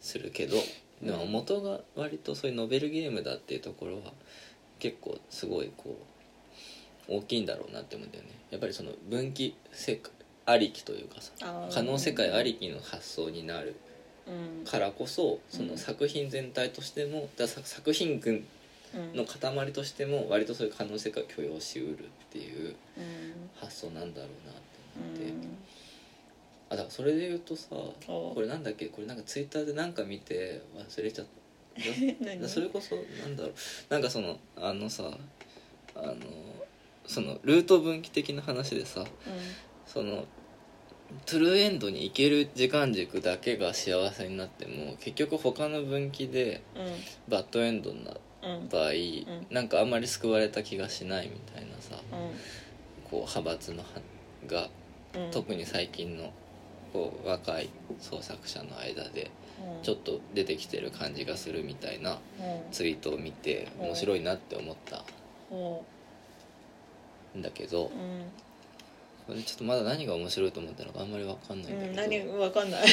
Speaker 1: するけどでも元が割とそういうノベルゲームだっていうところは結構すごいこう大きいんだろうなって思うんだよねやっぱりその分岐世界ありきというかさ
Speaker 2: あー
Speaker 1: 可能世界ありきの発想になる
Speaker 2: うん
Speaker 1: からこそそうの
Speaker 2: ん
Speaker 1: 作品全体としてもだ作作品群
Speaker 2: うん
Speaker 1: の塊としても割とそういう可能性が許容しうるっていう
Speaker 2: うん
Speaker 1: 発想なんだろうなって思って、
Speaker 2: うん
Speaker 1: あだからそれで言うとさ
Speaker 2: お
Speaker 1: これなんだっけこれなんかツイッターでなんか見て忘れちゃった
Speaker 2: 何
Speaker 1: なそれこそなんだろうなんかそのあのさあのそのルート分岐的な話でさそのトゥルーエンドに行ける時間軸だけが幸せになっても結局他の分岐で
Speaker 2: うんうん
Speaker 1: バッドエンドになっ
Speaker 2: うん
Speaker 1: 場合、
Speaker 2: ん
Speaker 1: なんかあんまり救われた気がしないみたいなさ
Speaker 2: う
Speaker 1: こう派閥のはが
Speaker 2: んうん
Speaker 1: 特に最近のこう若い創作者の間で
Speaker 2: うん
Speaker 1: ちょっと出てきてる感じがするみたいな
Speaker 2: うん
Speaker 1: ツイートを見て面白いなって思った
Speaker 2: ほ
Speaker 1: んだけど
Speaker 2: ううん
Speaker 1: これちょっとまだ何が面白いと思ったのかあんまり分かんない
Speaker 2: うんん
Speaker 1: だけ
Speaker 2: 何
Speaker 1: ど、
Speaker 2: わかんない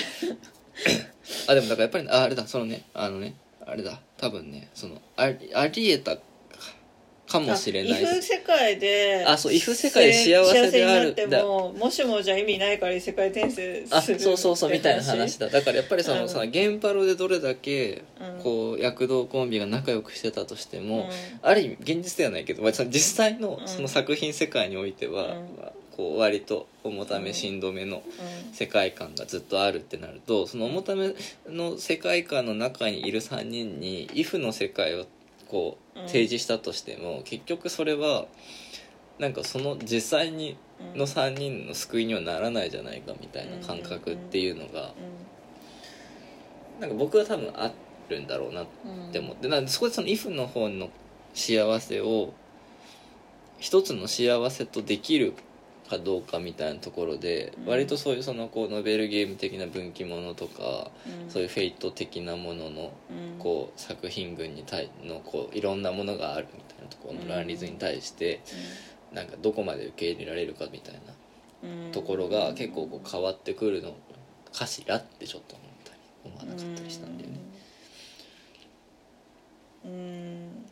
Speaker 1: あでもだからやっぱりああれだそのねあのねあれだ多分ねそのありありえたかかもしれな
Speaker 2: あ
Speaker 1: い
Speaker 2: 異風世界で
Speaker 1: あそう異風世界で幸せである
Speaker 2: 幸せになってももしもじゃ意味ないから異世界転生
Speaker 1: あ
Speaker 2: する
Speaker 1: そうそうそうみたいな話だだからやっぱりその
Speaker 2: うん
Speaker 1: さ原パロでどれだけ
Speaker 2: うん
Speaker 1: こう躍動コンビが仲良くしてたとして
Speaker 2: うん
Speaker 1: も、ある意味現実ではないけど、まあ、その実際の
Speaker 2: うん
Speaker 1: その作品世界においては、
Speaker 2: うん
Speaker 1: こう割と重た
Speaker 2: う
Speaker 1: め
Speaker 2: ん
Speaker 1: しんどめの
Speaker 2: う
Speaker 1: 世界観がずっとあるってなるとその重ための世界観の中にいる3人に「if」の世界をこう
Speaker 2: うん
Speaker 1: 提示したとしても、結局それはなんかその実際に
Speaker 2: ん
Speaker 1: の3人の救いにはならないじゃないかみたいな感覚っていうのがなんか僕は多分あるんだろうなっ
Speaker 2: うん
Speaker 1: て思ってなんでそこでその「if」の方の幸せを一つの幸せとできるかどうかみたいなところで
Speaker 2: うん
Speaker 1: 割とそういうそのこうノベルゲーム的な分岐ものとか
Speaker 2: うん
Speaker 1: そういうフェイト的なものの
Speaker 2: うん
Speaker 1: こう作品群に対のこういろんなものがあるみたいなところの乱立に対してなんかどこまで受け入れられるかみたいな
Speaker 2: うん
Speaker 1: ところが結構こう変わってくるのかしらってちょっと思ったり思わなかったりしたんだよね。
Speaker 2: うんうん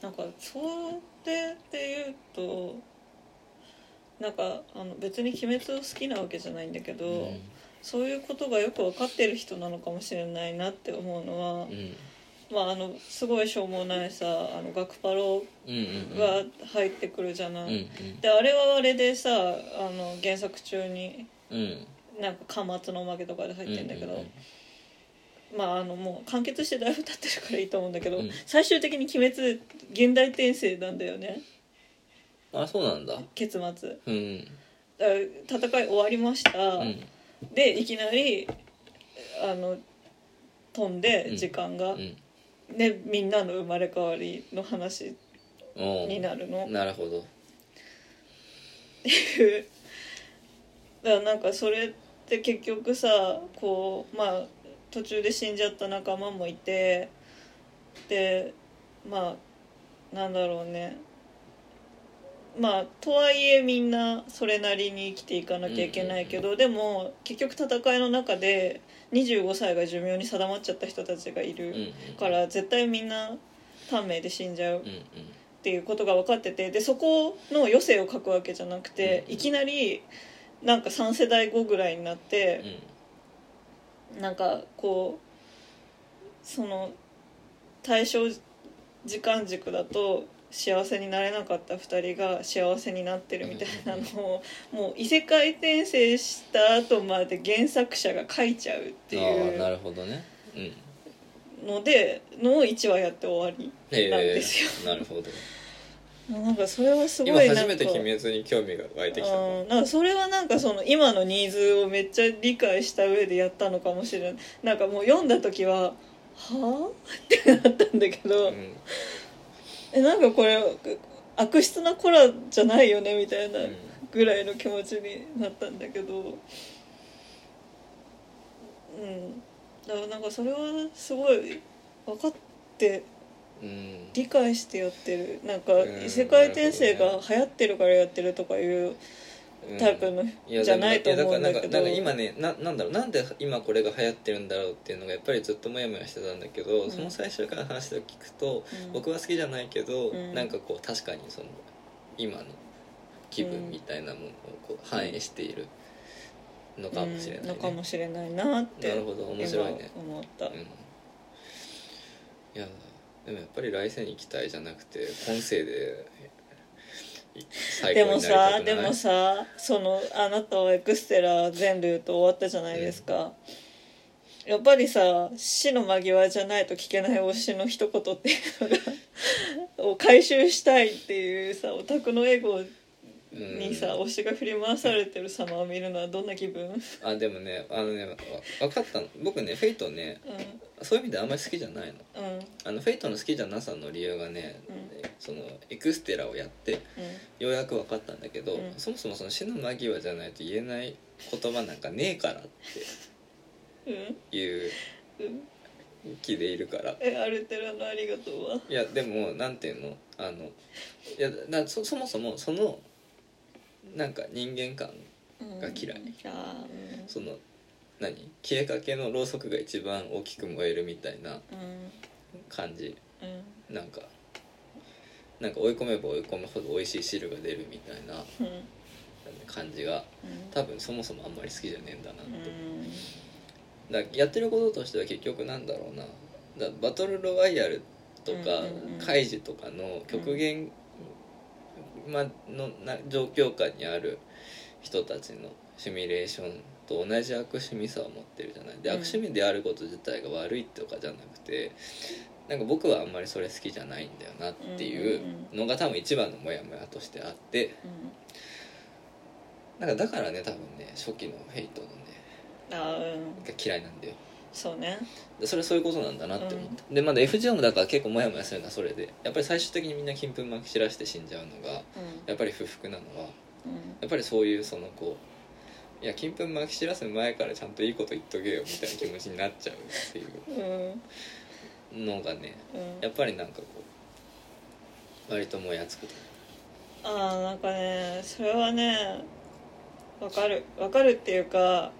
Speaker 2: なんかそれで言うとなんかあの別に「鬼滅」を好きなわけじゃないんだけど、そういうことがよく分かってる人なのかもしれないなって思うのは、
Speaker 1: うんうん
Speaker 2: まああのすごいしょうもないさあの学パロ
Speaker 1: うんうん
Speaker 2: が入ってくるじゃない、
Speaker 1: うんうん
Speaker 2: であれはあれでさあの原作中に
Speaker 1: うん
Speaker 2: なんか「巻末のおまけ」とかで入ってんだけど、
Speaker 1: うんうん
Speaker 2: まああのもう完結してだいぶ経ってるからいいと思うんだけど、
Speaker 1: うん
Speaker 2: 最終的に「鬼滅」現代転生なんだよね
Speaker 1: うんあそうなんだ
Speaker 2: 結末
Speaker 1: うん
Speaker 2: だから戦い終わりました、
Speaker 1: うん
Speaker 2: でいきなりあの飛ん
Speaker 1: う
Speaker 2: で
Speaker 1: ん
Speaker 2: 時間が、
Speaker 1: うん
Speaker 2: でみんなの生まれ変わりの話
Speaker 1: おう
Speaker 2: になるの
Speaker 1: なるほど
Speaker 2: だからなんかそれって結局さこうまあ途中で死んじゃった仲間もいてでまあなんだろうねまあとはいえみんなそれなりに生きていかなきゃいけないけど、でも結局戦いの中で25歳が寿命に定まっちゃった人たちがい
Speaker 1: うんうん
Speaker 2: るから絶対みんな短命で死んじゃ
Speaker 1: うんう
Speaker 2: う
Speaker 1: ん
Speaker 2: っていうことが分かっててでそこの余生を書くわけじゃなくて、
Speaker 1: うん
Speaker 2: いきなりなんか3世代後ぐらいになって、なんかこうその対象時間軸だと幸せになれなかった2人が幸せになってるみたいなのを、もう異世界転生した後まで原作者が書いちゃうって
Speaker 1: うんああないる
Speaker 2: う
Speaker 1: ほどねうん
Speaker 2: のでのを1話やって終わり。
Speaker 1: へえ
Speaker 2: なんですよ
Speaker 1: なるほど
Speaker 2: なんかそれはすごい
Speaker 1: 今
Speaker 2: なんか
Speaker 1: 初めて鬼滅に興味が湧いてきた
Speaker 2: うん、なんかそれはなんかその今のニーズをめっちゃ理解した上でやったのかもしれないなんかもう読んだ時は「はあ?」ってなったんだけど、
Speaker 1: うん
Speaker 2: えなんかこれ悪質なコラじゃないよねみたいな
Speaker 1: うん
Speaker 2: ぐらいの気持ちになったんだけどうんだからなんかそれはすごい分かって
Speaker 1: うん
Speaker 2: 理解してやってるなんか
Speaker 1: うん
Speaker 2: 異世界転生が流行ってるからやってるとかいう
Speaker 1: うん
Speaker 2: タイプの
Speaker 1: いや
Speaker 2: じゃないと
Speaker 1: でも
Speaker 2: 思うんだ
Speaker 1: いや
Speaker 2: け
Speaker 1: からなんか
Speaker 2: ど
Speaker 1: なんか今ねななんだろうなんで今これが流行ってるんだろうっていうのがやっぱりずっとモヤモヤしてたんだけど、
Speaker 2: うん
Speaker 1: その最終回の話を聞くと、
Speaker 2: うん
Speaker 1: 僕は好きじゃないけど、
Speaker 2: うん
Speaker 1: なんかこう確かにその今の気分みたいなものをこう反映しているのかもしれない、ね
Speaker 2: のかもしれないなって
Speaker 1: なるほど面白いね
Speaker 2: 今思った、
Speaker 1: うん、いやでもやっぱり来世に期待じゃなくて今世でい最
Speaker 2: で
Speaker 1: 高
Speaker 2: も
Speaker 1: にな
Speaker 2: さ
Speaker 1: りた
Speaker 2: で
Speaker 1: くない
Speaker 2: もさそのあなたはエクステラ全ルート終わったじゃないですか、やっぱりさ死の間際じゃないと聞けない推しの一言っていうのが を回収したいっていうさオタクのエゴにさ、
Speaker 1: うん
Speaker 2: 推しが振り回されてる様を見るのはどんな気分、うん、
Speaker 1: あでもねあのねわ分かったの僕ねフェイトねそういう意味であんまり好きじゃないの
Speaker 2: うん
Speaker 1: あのフェイトの好きじゃなさの理由がね、
Speaker 2: うん
Speaker 1: そのエクステラをやってようやく分かったんだけど、
Speaker 2: うん
Speaker 1: そもそもその死の間際じゃないと言えない言葉なんかねえからっ
Speaker 2: うんうん
Speaker 1: ていう
Speaker 2: うん
Speaker 1: 気でいるから
Speaker 2: えアルテラのありがとうはい
Speaker 1: やでもなんていうのあのいやなそそもそもそのなんか人間感が嫌い
Speaker 2: うんあー
Speaker 1: その何消えかけのろうそくが一番大きく燃えるみたいな
Speaker 2: うん
Speaker 1: 感じ
Speaker 2: うんうん
Speaker 1: なんかなんか追い込めば追い込むほど美味しい汁が出るみたいな
Speaker 2: うんうん
Speaker 1: 感じが多分そもそもあんまり好きじゃねえんだなって
Speaker 2: うん
Speaker 1: だからやってることとしては結局なんだろうなだからバトルロワイヤルとか
Speaker 2: うんうんうん
Speaker 1: カイジとかの極限まのな状況下にある人たちのシミュレーションと同じ悪趣味さを持ってるじゃないで
Speaker 2: うん
Speaker 1: 悪趣味であること自体が悪いとかじゃなくてなんか僕はあんまりそれ好きじゃないんだよなっていうのが多分一番のモヤモヤとしてあって
Speaker 2: う
Speaker 1: な
Speaker 2: ん
Speaker 1: んかだからね多分ね初期のヘイトのね
Speaker 2: あーうん
Speaker 1: が嫌いなんだよ
Speaker 2: そうね
Speaker 1: でそれはそういうことなんだなって思った、でまだ FGO もだから結構モヤモヤするのはそれでやっぱり最終的にみんな金粉まき散らして死んじゃうのが
Speaker 2: う
Speaker 1: やっぱり不服なのは
Speaker 2: ん
Speaker 1: やっぱりそういうそのこういや金粉まき散らす前からちゃんといいこと言っとけよみたいな気持ちになっちゃうってい
Speaker 2: うんうん
Speaker 1: うのがね
Speaker 2: うん
Speaker 1: やっぱりなんかこう割ともやつくて
Speaker 2: あーなんかねそれはねわかるわかるっていうか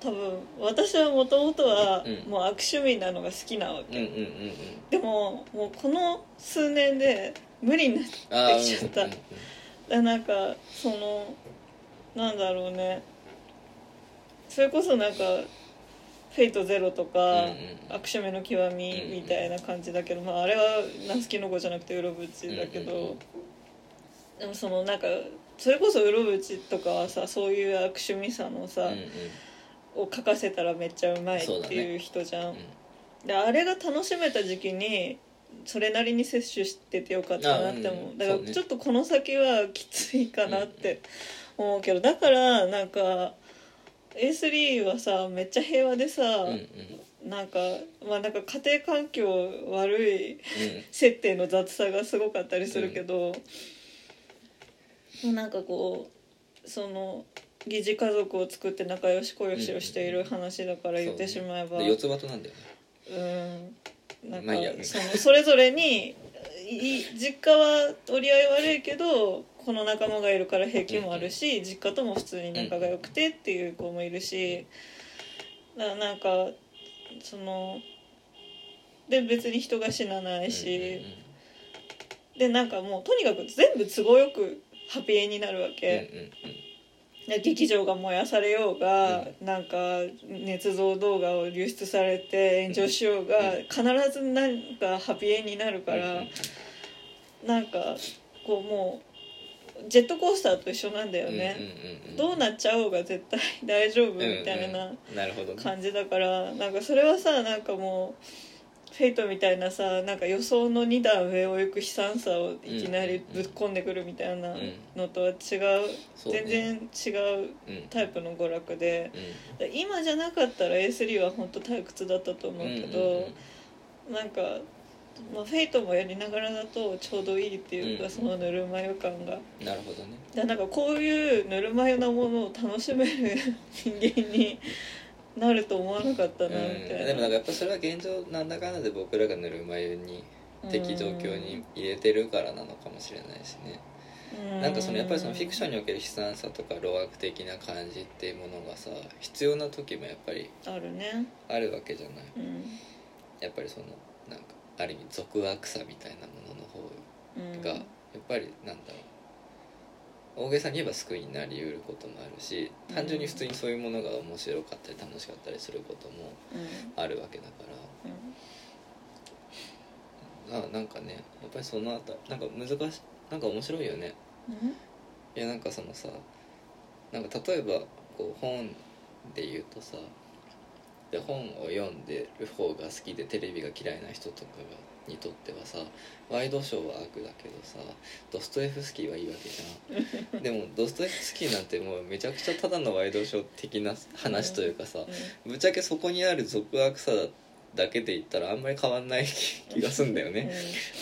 Speaker 2: 多分私はもともとは
Speaker 1: うん
Speaker 2: もう悪趣味なのが好きなわ
Speaker 1: うん
Speaker 2: け、
Speaker 1: うんうんうん
Speaker 2: でももうこの数年で無理になって
Speaker 1: あー
Speaker 2: できちゃった
Speaker 1: うんうん
Speaker 2: だなんかそのなんだろうねそれこそなんか「フェイトゼロとか
Speaker 1: うんうん
Speaker 2: 「悪趣味の極み」みたいな感じだけど、まあ、あれは夏木の子じゃなくてウロブチだけど、
Speaker 1: うんうんうん
Speaker 2: でもそのなんかそれこそウロブチとかはさそういう悪趣味さのさ、
Speaker 1: うんうん
Speaker 2: を書かせたらめっちゃうまいっ
Speaker 1: そうだ
Speaker 2: て
Speaker 1: ね
Speaker 2: いう人じゃん、
Speaker 1: うん
Speaker 2: であれが楽しめた時期にそれなりに摂取しててよかったなって
Speaker 1: あ
Speaker 2: 思
Speaker 1: う
Speaker 2: うんだか
Speaker 1: そうね
Speaker 2: らちょっとこの先はきついかなって思うけどだからなんか A3 はさめっちゃ平和でさ、
Speaker 1: うんうん
Speaker 2: なんかまあなんか家庭環境悪い
Speaker 1: うん
Speaker 2: 設定の雑さがすごかったりするけど、なんかこうその疑似家族を作って仲良しこよしをしている話だから言ってしまえば、
Speaker 1: で四つ葉となんだよね
Speaker 2: うんなん
Speaker 1: ま
Speaker 2: か
Speaker 1: あいいや
Speaker 2: そのそれぞれにいい実家は折り合い悪いけどこの仲間がいるから平気もあるし実家とも普通に仲が良くてっていう子もいるしだからなんかそので別に人が死なないし。でなんかもうとにかく全部都合よくハッピーエンになるわ
Speaker 1: うんうん
Speaker 2: け、で劇場が燃やされようが、なんか捏造動画を流出されて炎上しようが、
Speaker 1: うん
Speaker 2: 必ずなんかハッピーエンになるか
Speaker 1: う
Speaker 2: ら、
Speaker 1: ん
Speaker 2: なんかこうもうジェットコースターと一緒なんだよ
Speaker 1: うん
Speaker 2: ね、
Speaker 1: うんうんうん
Speaker 2: どうなっちゃおうが絶対大丈夫みたいな。
Speaker 1: うんうん、なるほどね
Speaker 2: 感じだからなんかそれはさなんかもうフェイトみたいなさなんか予想の2段上を行く悲惨さをいきなりぶっ込んでくるみたいなのとは違う
Speaker 1: そうね
Speaker 2: 全然違う
Speaker 1: うんうん
Speaker 2: タイプの娯楽で今じゃなかったら A3 は本当退屈だったと思うけどなんか、まあ、フェイトもやりながらだとちょうどいいっていう
Speaker 1: うん
Speaker 2: かそのぬるま湯感が。
Speaker 1: うん、なるほどね
Speaker 2: だからなんかこういうぬるま湯なものを楽しめる 人間になると思わなかった
Speaker 1: う
Speaker 2: なみ
Speaker 1: ん
Speaker 2: たいな、
Speaker 1: でもなんかやっぱそれは現状なんだかんだで僕らがぬるま湯に適状況に入れてるからなのかもしれないしね
Speaker 2: う
Speaker 1: なんかそのやっぱりそのフィクション
Speaker 2: ン
Speaker 1: における悲惨さとか老悪的な感じっていうものがさ必要な時もやっぱり
Speaker 2: あるね
Speaker 1: あるわけじゃない
Speaker 2: うん
Speaker 1: やっぱりそのなんかある意味俗悪さみたいなものの方
Speaker 2: うん
Speaker 1: がやっぱりなんだろう大げさに言えば救いになり得ることもあるし単純に普通にそういうものが面白かったり楽しかったりすることも
Speaker 2: うん
Speaker 1: あるわけだか
Speaker 2: うん
Speaker 1: らあなんかねやっぱりそのあたなんか難しいなんか面白いよね
Speaker 2: うん
Speaker 1: いやなんかそのさなんか例えばこう本で言うとさで本を読んでる方が好きでテレビが嫌いな人とかがにとってはさワイドショーは悪だけどさドストエフスキーはいいわけじゃんでもドストエフスキーなんてもうめちゃくちゃただのワイドショー的な話というかさぶっちゃけそこにある俗悪さだけで言ったらあんまり変わんない気がすんだよね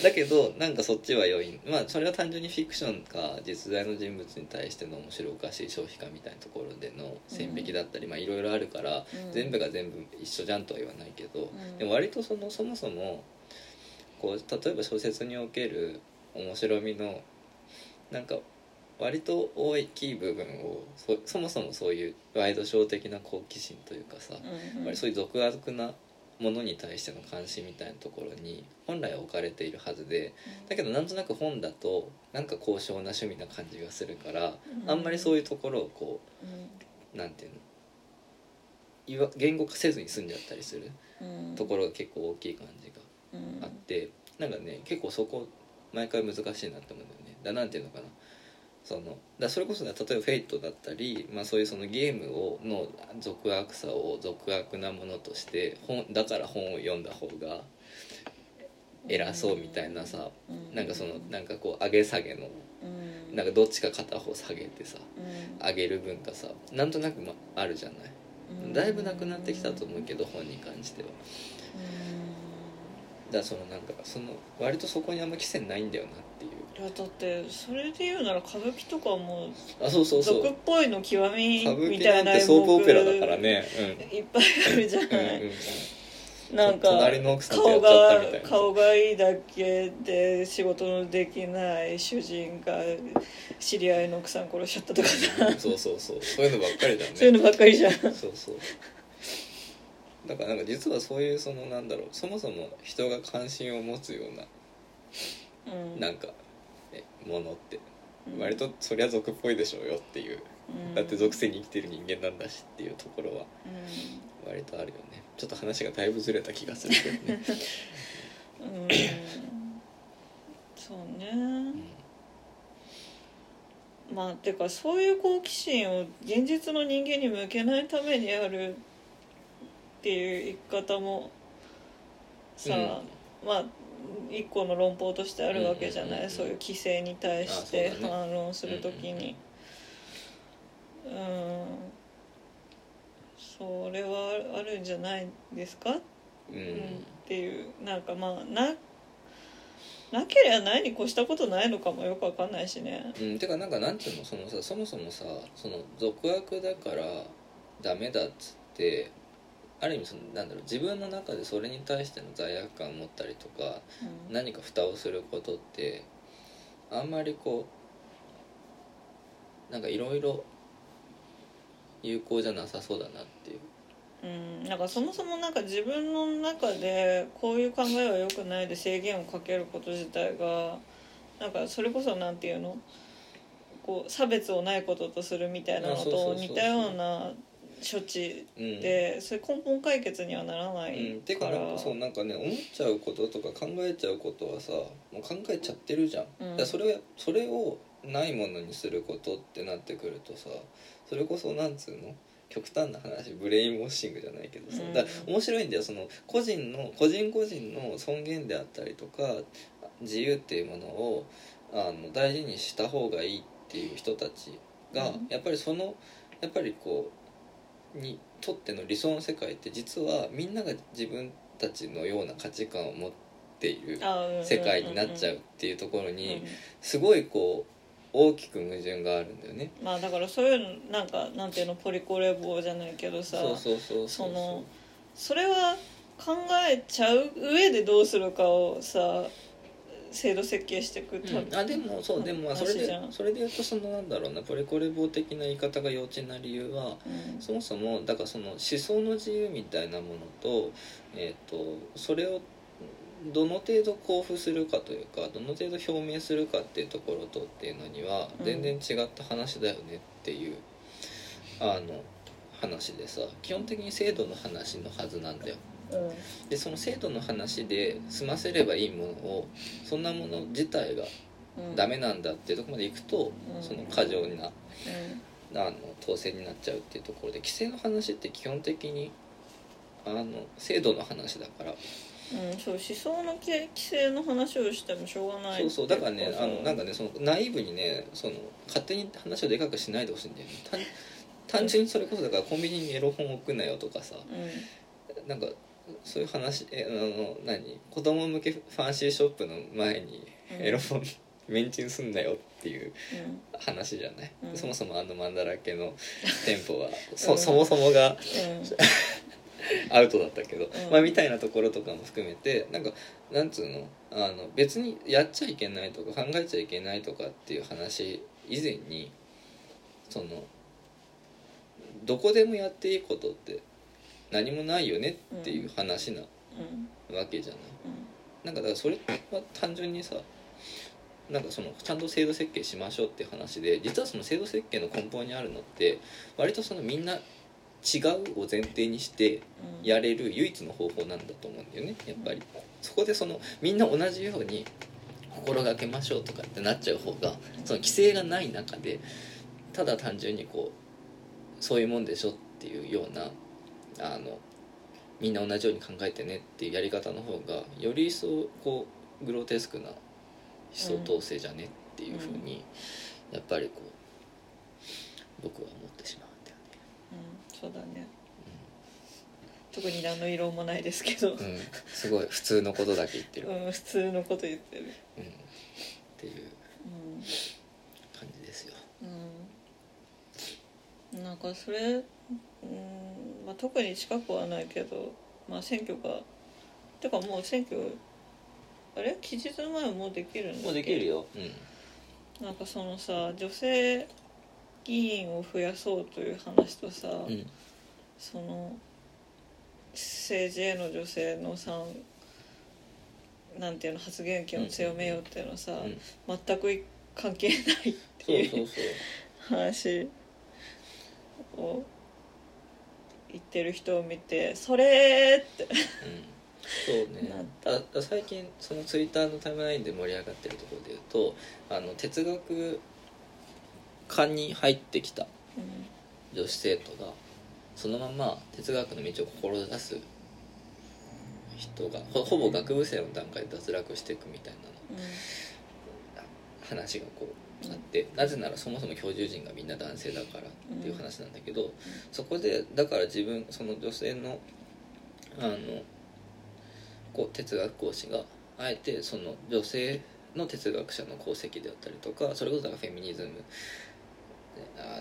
Speaker 1: だけどなんかそっちは要因まあそれは単純にフィクションか実在の人物に対しての面白おかしい消費家みたいなところでの線引きだったり、まあいろいろあるから、
Speaker 2: うん
Speaker 1: 全部が全部一緒じゃんとは言わないけど、
Speaker 2: ん
Speaker 1: でも割とそのそもそもこう例えば小説における面白みのなんか割と大きい部分をそそもそもそういうワイドショー的な好奇心というかさ、
Speaker 2: うん
Speaker 1: やっぱりそういう俗悪なものに対しての関心みたいなところに本来は置かれているはずでだけどなんとなく本だとなんか高尚な趣味な感じがするからあんまりそういうところをこ
Speaker 2: う
Speaker 1: うなんていうの言わ言語化せずに済んじゃったりする
Speaker 2: ん
Speaker 1: ところが結構大きい感じ
Speaker 2: うん
Speaker 1: があってなんかね結構そこ毎回難しいなって思うんだよねだなんていうのかなそのだそれこそね例えば「フェイト」だったり、まあ、そういうそのゲームをの俗悪さを俗悪なものとして本だから本を読んだ方が偉そうみたいなさ
Speaker 2: う
Speaker 1: なんかそのなんかこう上げ下げの
Speaker 2: うん
Speaker 1: なんかどっちか片方下げてさ
Speaker 2: う
Speaker 1: 上げる文化さなんとなくまあるじゃない
Speaker 2: ん
Speaker 1: だいぶなくなってきたと思うけど本に関しては
Speaker 2: うん
Speaker 1: だからそのなんかその割とそこにあんま規制ないんだよなっていう
Speaker 2: いやだってそれで言うなら歌舞伎とかも
Speaker 1: あそうそうそう
Speaker 2: 俗っぽいの極み
Speaker 1: 歌舞
Speaker 2: み
Speaker 1: 伎
Speaker 2: た
Speaker 1: ないん
Speaker 2: な
Speaker 1: て
Speaker 2: 演
Speaker 1: ソープオ
Speaker 2: 目
Speaker 1: ペラだからね
Speaker 2: いっぱいあるじゃ
Speaker 1: うん、う
Speaker 2: なん
Speaker 1: う
Speaker 2: い
Speaker 1: ん、
Speaker 2: なんか
Speaker 1: 隣の奥さんとや
Speaker 2: 顔
Speaker 1: っちゃった
Speaker 2: が
Speaker 1: みたいな
Speaker 2: 顔がいいだけで仕事のできない主人が知り合いの奥さん殺しちゃったとかさ
Speaker 1: そうそうそうそういうのばっかりだね
Speaker 2: そういうのばっかりじゃん
Speaker 1: そうそうだからなんか実はそういうそのなんだろうそもそも人が関心を持つような
Speaker 2: うん
Speaker 1: なんかえものって割とそりゃ俗っぽいでしょうよっていう
Speaker 2: うん
Speaker 1: だって属性に生きてる人間なんだしっていうところは
Speaker 2: う
Speaker 1: 割とあるよねちょっと話がだいぶずれた気がするけど ね、
Speaker 2: んうんそうね
Speaker 1: うん
Speaker 2: まあてかそういう好奇心を現実の人間に向けないためにあるっていう言い方もさ、まあ一個の論法としてあるわけじゃない、
Speaker 1: うんうんうんうん
Speaker 2: そういう規制に対して
Speaker 1: あそうだね
Speaker 2: 反論するときにうんそれはあるんじゃないですか
Speaker 1: うん、う
Speaker 2: うんっ
Speaker 1: ん
Speaker 2: ていうなんかまあななければないに越したことないのかもよくわかんないしね。
Speaker 1: うん、てかなんかなんていうのそのさそもそもさその俗悪だからダメだっつってある意味そのなんだろう自分の中でそれに対しての罪悪感を持ったりとか
Speaker 2: うん
Speaker 1: 何か蓋をすることってあんまりこうなんかいろいろ有効じゃなさそうだなっていう
Speaker 2: うん、なんかそもそもなんか自分の中でこういう考えは良くないで制限をかけること自体がなんかそれこそなんていうのこう差別をないこととするみたいなの
Speaker 1: あそうそうそ
Speaker 2: と
Speaker 1: うそう
Speaker 2: 似たような処置
Speaker 1: うん、
Speaker 2: でそういう根本解決にはならな
Speaker 1: うん、
Speaker 2: い
Speaker 1: て
Speaker 2: か、
Speaker 1: からなんかそうなんかね思っちゃうこととか考えちゃうことはさもう考えちゃってるじゃん、
Speaker 2: うん
Speaker 1: だからそれそれをないものにすることってなってくるとさそれこそなんつうの極端な話ブレインウォッシングじゃないけどさ、
Speaker 2: うん
Speaker 1: だから面白いんだよその個人の個人個人の尊厳であったりとか自由っていうものをあの大事にした方がいいっていう人たちが、
Speaker 2: うん
Speaker 1: やっぱりそのやっぱりこうにとっての理想の世界って実はみんなが自分たちのような価値観を持っている
Speaker 2: あうん
Speaker 1: 世界になっちゃうっていうところ
Speaker 2: うん
Speaker 1: にすごいこう大きく矛盾があるんだよね。
Speaker 2: まあだからそういうのなんかなんていうのポリコレ棒じゃないけどさ
Speaker 1: そうそうそう
Speaker 2: そうのそれは考えちゃう上でどうするかをさ制度設計してい
Speaker 1: う
Speaker 2: く
Speaker 1: んあでもそうでもまあそれ
Speaker 2: 話じ
Speaker 1: で
Speaker 2: ゃん
Speaker 1: それで言うとそのなんだろうなポレコレ棒的な言い方が幼稚な理由は
Speaker 2: うん
Speaker 1: そもそもだからその思想の自由みたいなものと,、えー、とそれをどの程度交付するかというかどの程度表明するかっていうところとっていうのには
Speaker 2: うん
Speaker 1: 全然違った話だよねっていう、あの話でさ基本的に制度の話のはずなんだよ。
Speaker 2: うん
Speaker 1: でその制度の話で済ませればいいものをそんなもの自体が
Speaker 2: うん
Speaker 1: ダメなんだっていうところまでいくと、
Speaker 2: うん
Speaker 1: その過剰な
Speaker 2: うん
Speaker 1: あの当選になっちゃうっていうところで規制の話って基本的にあの制度の話だから
Speaker 2: うん、そう思想の規制の話をしてもしょうがない
Speaker 1: そうそうだからねあのなん
Speaker 2: か
Speaker 1: かねその内部にねその勝手に話をでかくしないでほしいんだよね単単純にそれこそだからコンビニにエロ本置くなよとかさ
Speaker 2: う
Speaker 1: なんかそういう話えあの何子供向けファンシーショップの前に
Speaker 2: うん
Speaker 1: エロ本メンチンすんなよっていうん
Speaker 2: うん
Speaker 1: 話じゃない、
Speaker 2: うん
Speaker 1: そもそもあのマンダラケの店舗は そ,、
Speaker 2: うん
Speaker 1: そもそもが
Speaker 2: うん
Speaker 1: アウトだったけど、
Speaker 2: うん
Speaker 1: まあみたいなところとかも含めてなんかなんつうのあの別にやっちゃいけないとか考えちゃいけないとかっていう話以前にそのどこでもやっていいことって何もないよねっていう話な
Speaker 2: うん
Speaker 1: わけじゃない、
Speaker 2: うん
Speaker 1: なんかだからそれは単純にさなんかそのちゃんと制度設計しましょうっていう話で実はその制度設計の根本にあるのって割とそのみんな違うを前提にして
Speaker 2: うん
Speaker 1: やれる唯一の方法なんだと思うんだよねやっぱりそこでそのみんな同じように心がけましょうとかってなっちゃう方がその規制がない中でただ単純にこうそういうもんでしょっていうようなあのみんな同じように考えてねっていうやり方の方がより一層こうグロテスクな思想統制じゃねっていうふうにやっぱりこう僕は思ってしまうんだよね。
Speaker 2: うんそうだね特に何の異論もないですけ
Speaker 1: う
Speaker 2: ど、
Speaker 1: ん、 すごい普通のことだけ言ってる
Speaker 2: うん、普通のこと言ってる
Speaker 1: うんっていう感じですよ。
Speaker 2: うん、うん、なんかそれ、うんまあ、特に近くはないけど、まあ、選挙がてかもう選挙あれ期日前はもうできるんだっけ
Speaker 1: よ。うん。
Speaker 2: なんかそのさ女性議員を増やそうという話とさ、
Speaker 1: うん。
Speaker 2: その政治への女性のさなんていうの発言権を強めようっていうのさ、
Speaker 1: うん
Speaker 2: 全くい関係ないって
Speaker 1: そう
Speaker 2: いう
Speaker 1: そうそう。
Speaker 2: 話を言ってる人を見て「それ!」って
Speaker 1: うん。そうね
Speaker 2: なっ。
Speaker 1: ああ最近そのツイッターのタイムラインで盛り上がってるところで言うと、あの哲学科に入ってきた
Speaker 2: うん
Speaker 1: 女子生徒がそのまま哲学の道を志す人がほほぼ学部生の段階で脱落していくみたいなの話がこうあってなぜならそもそも教授陣がみんな男性だからっていう話なんだけど、そこでだから自分その女性のあのこう哲学講師があえてその女性の哲学者の功績であったりとかそれこそだからフェミニズムあ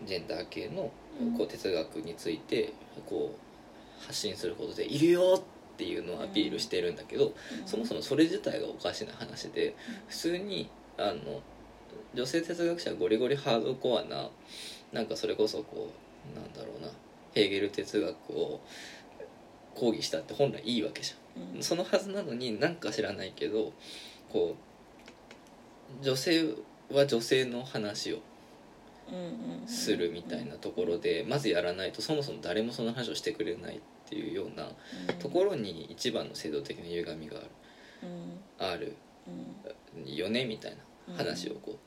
Speaker 1: のジェンダー系の
Speaker 2: うん
Speaker 1: こう哲学についてこう発信することで「いるよ!」っていうのをアピールしてるんだけど、そもそもそれ自体がおかしな話で普通にあの女性哲学者はゴリゴリハードコアななんかそれこそこうなんだろうなヘーゲル哲学を講義したって本来いいわけじ
Speaker 2: うん
Speaker 1: ゃんそのはずなのになんか知らないけどこう女性は女性の話を
Speaker 2: うんうん
Speaker 1: するみたいなところでまずやらないとそもそも誰もその話をしてくれないっていうようなところに一番の制度的な歪みが
Speaker 2: うん
Speaker 1: あるある
Speaker 2: うん
Speaker 1: よねみたい
Speaker 2: うん
Speaker 1: な話をこ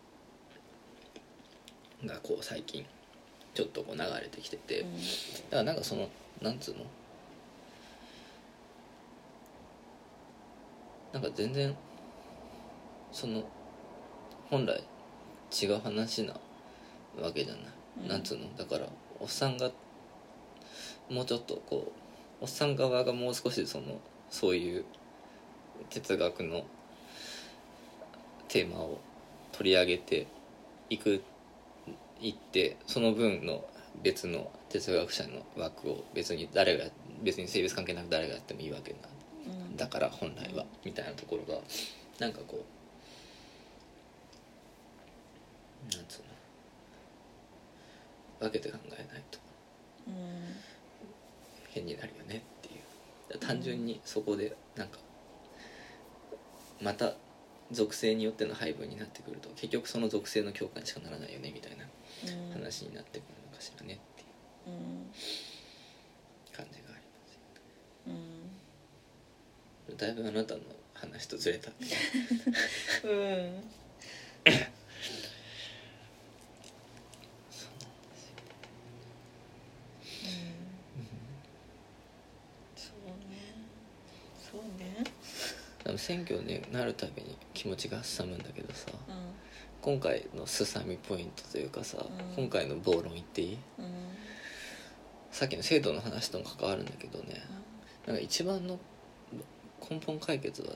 Speaker 1: う、がこう最近ちょっとこう流れてきてて、
Speaker 2: う
Speaker 1: だから
Speaker 2: ん
Speaker 1: なんかそのなんつうのなんか全然その本来違う話なわけじゃない、
Speaker 2: うん
Speaker 1: なんつうのだからおっさんがもうちょっとこうおっさん側がもう少しそのそういう哲学のテーマを取り上げていくいってその分の別の哲学者の枠を別に誰が別に性別関係なく誰がやってもいいわけな
Speaker 2: うん
Speaker 1: だから本来はみたいなところがなんかこうなんつうの分けて考えないと
Speaker 2: うん
Speaker 1: 変になるよねっていう単純にそこでなんかまた属性によっての配分になってくると結局その属性の強化にしかならないよねみたいな
Speaker 2: うん
Speaker 1: 話になってくるのかしらねっていう
Speaker 2: うん
Speaker 1: 感じがありますよ
Speaker 2: う
Speaker 1: だいぶあなたの話とずれた
Speaker 2: んうんそうねそうね
Speaker 1: でも選挙になるたびに気持ちがすさむんだけどさ
Speaker 2: う
Speaker 1: 今回のすさみポイントというかさ、
Speaker 2: うん
Speaker 1: 今回の暴論言っていい
Speaker 2: んうん
Speaker 1: さっきの制度の話とも関わるんだけどねなんか一番の根本解決はね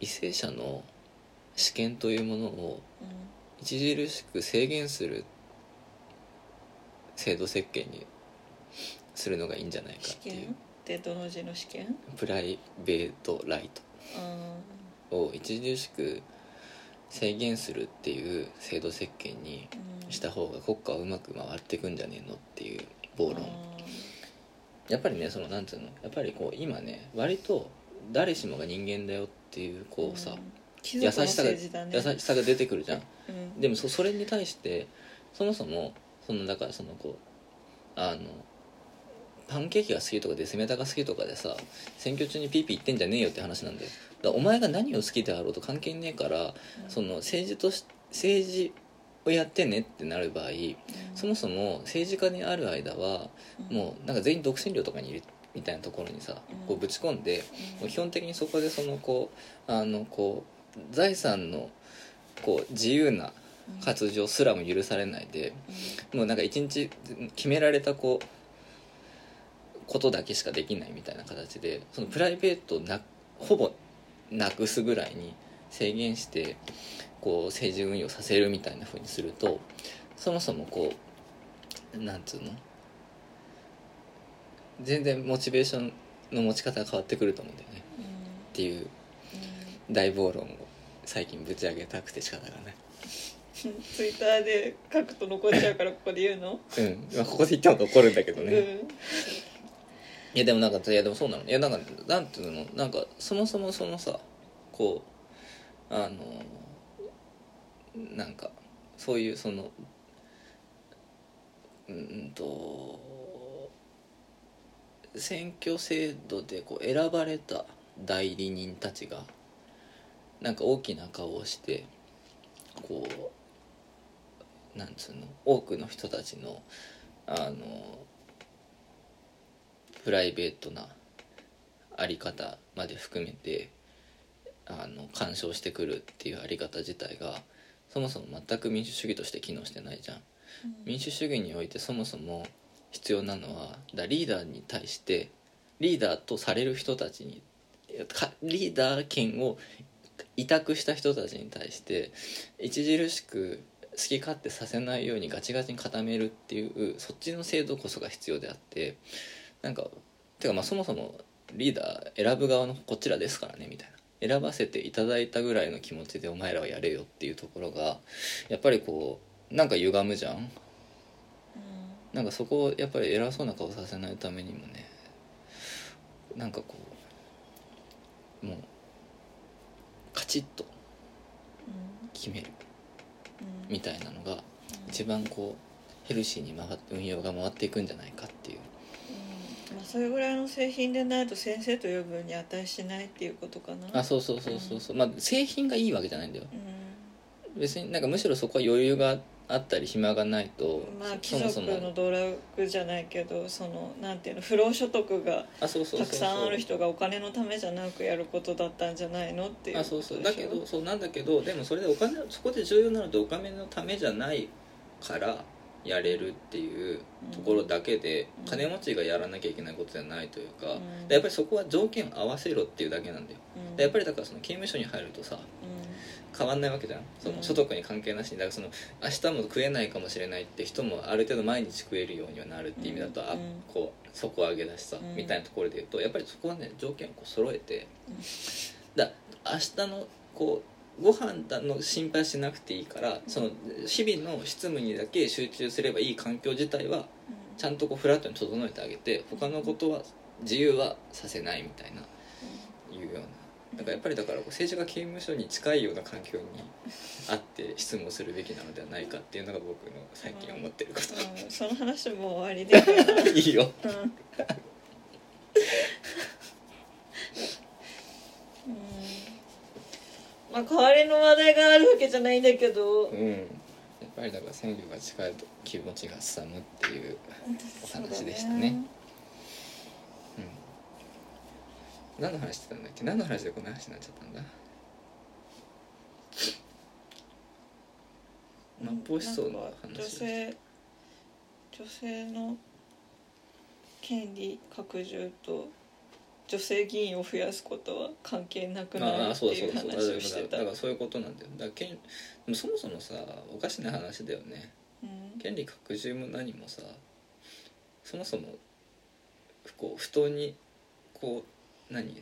Speaker 1: 為政者の私権というものを
Speaker 2: うん
Speaker 1: 著しく制限する制度設計にするのがいいんじゃないか
Speaker 2: 試
Speaker 1: ってい
Speaker 2: 験
Speaker 1: う
Speaker 2: ってどの字の試験
Speaker 1: プライベートライ
Speaker 2: うん
Speaker 1: トを著しく制限するっていう制度設計に
Speaker 2: うん
Speaker 1: した方が国家はうまく回っていくんじゃねえのっていう暴論
Speaker 2: う
Speaker 1: やっぱりねそのなんていうのやっぱりこう今ね割と誰しもが人間だよっていうこ
Speaker 2: ん
Speaker 1: うさ、
Speaker 2: 貴
Speaker 1: 優
Speaker 2: 族の
Speaker 1: しさが
Speaker 2: 政治だね
Speaker 1: 優しさが出てくるじゃん
Speaker 2: うん
Speaker 1: でもそそれに対してそもそもそのだからそのこうあのパンケーキが好きとかデスメタが好きとかでさ選挙中にピーピー言ってんじゃねえよって話なんだよだからお前が何を好きであろうと関係ねえからその政治とし政治をやってねってなる場合
Speaker 2: うん
Speaker 1: そもそも政治家にある間は
Speaker 2: うん
Speaker 1: もうなんか全員独身寮とかにいるみたいなところにさ
Speaker 2: うん
Speaker 1: こうぶち込んで
Speaker 2: う
Speaker 1: もうん基本的にそこでそのこうあのこう財産のこう自由な活動すらも許されないでもうなんか一日決められたこうことだけしかできないみたいな形でそのプライベートをなほぼなくすぐらいに制限してこう政治運用させるみたいな風にするとそもそもこうなんつうの全然モチベーションの持ち方が変わってくると思うんだよね
Speaker 2: うんうん
Speaker 1: っていう大暴論を最近ぶち上げたくて仕方がない。
Speaker 2: うんツイッターで書くと残っちゃうからここで言うの
Speaker 1: うん、まあここで言っても怒るんだけど
Speaker 2: う
Speaker 1: ね、
Speaker 2: ん
Speaker 1: いやでもなんかいやでもそうなのいやなんかなんていうのなんかそもそもそのさこうあのなんかそういうそのうーんと選挙制度でこう選ばれた代理人たちがなんか大きな顔をしてこうなんつうの多くの人たちのあのプライベートなあり方まで含めてあの干渉してくるっていうあり方自体がそもそも全く民主主義として機能してないじゃん民主主義においてそもそも必要なのはだリーダーに対してリーダーとされる人たちにかリーダー権を委託した人たちに対して著しく好き勝手させないようにガチガチに固めるっていうそっちの制度こそが必要であってなんかてかまあそもそもリーダー選ぶ側のこちらですからねみたいな選ばせていただいたぐらいの気持ちでお前らはやれよっていうところがやっぱりこうなんか歪むじゃん
Speaker 2: うん
Speaker 1: なんかそこをやっぱり偉そうな顔させないためにもねなんかこうもうカチッと
Speaker 2: うん
Speaker 1: 決める
Speaker 2: うん
Speaker 1: みたいなのが一番こうヘルシーに回って運用が回っていくんじゃないかっていう
Speaker 2: うんまあ、それぐらいの製品でないと先生と呼ぶに値しないっていうことかな
Speaker 1: あそうそうそうそうそうまあ製品がいいわけじゃないんだよ
Speaker 2: う
Speaker 1: 別になんかむしろそこは余裕があったり暇がないと
Speaker 2: ん、まあ貴
Speaker 1: そもそ
Speaker 2: 族
Speaker 1: も
Speaker 2: の道楽じゃないけどそのなんていうの不労所得が
Speaker 1: あそうそうそ
Speaker 2: た
Speaker 1: う
Speaker 2: く
Speaker 1: そう
Speaker 2: さんある人がお金のためじゃなくやることだったんじゃないのっていう
Speaker 1: あそうそうだけどそうなんだけどでもそれでお金そこで重要なのってお金のためじゃないからやれるっていうところだけで、
Speaker 2: うん
Speaker 1: 金持ちがやらなきゃいけないことじゃないというか、
Speaker 2: うん
Speaker 1: でやっぱりそこは条件合わせろっていうだけなんだよでやっぱ
Speaker 2: り、
Speaker 1: りだからその刑務所に入るとさ
Speaker 2: う
Speaker 1: 変わんないわけじゃんそうの
Speaker 2: ん
Speaker 1: 所得に関係なしにだからその明日も食えないかもしれないって人もある程度毎日食えるようにはなるっていう意味だと、あ
Speaker 2: うん
Speaker 1: こう底上げだしさ、
Speaker 2: うん
Speaker 1: みたいなところで言うとやっぱりそこはね条件をこう揃えて
Speaker 2: うん、
Speaker 1: だ明日のこうご飯だの心配しなくていいからその日々の執務にだけ集中すればいい環境自体は
Speaker 2: ん
Speaker 1: ちゃんとこうフラットに整えてあげて他のことは自由はさせないみたいないうような
Speaker 2: うん
Speaker 1: なんかやっぱりだからこう政治家刑務所に近いような環境にあって質問するべきなのではないかっていうのが僕の最近思ってるこ
Speaker 2: うん、その話もう終わ りで
Speaker 1: といいよ
Speaker 2: うん、うん、まあ代わりの話題があるわけじゃないんだけど、
Speaker 1: うんやっぱりだから選挙が近いと気持ちがすさむっていうお話でしたねうん何の話してたんだっけ何の話でこんな話になっちゃったんだ
Speaker 2: そうだね
Speaker 1: 末法思想の
Speaker 2: なん
Speaker 1: 話
Speaker 2: か女性女性の権利拡充と女性議員を増やすことは関係なくな
Speaker 1: あ
Speaker 2: る
Speaker 1: あ
Speaker 2: って
Speaker 1: そうだ
Speaker 2: い
Speaker 1: そう
Speaker 2: う
Speaker 1: だそうだ
Speaker 2: 話をしてた
Speaker 1: だ
Speaker 2: う
Speaker 1: からそういうことなんだよだから権でもそもそもさおかしな話だよね
Speaker 2: ん
Speaker 1: 権利拡充も何もさそもそもこう不当にこう何
Speaker 2: うん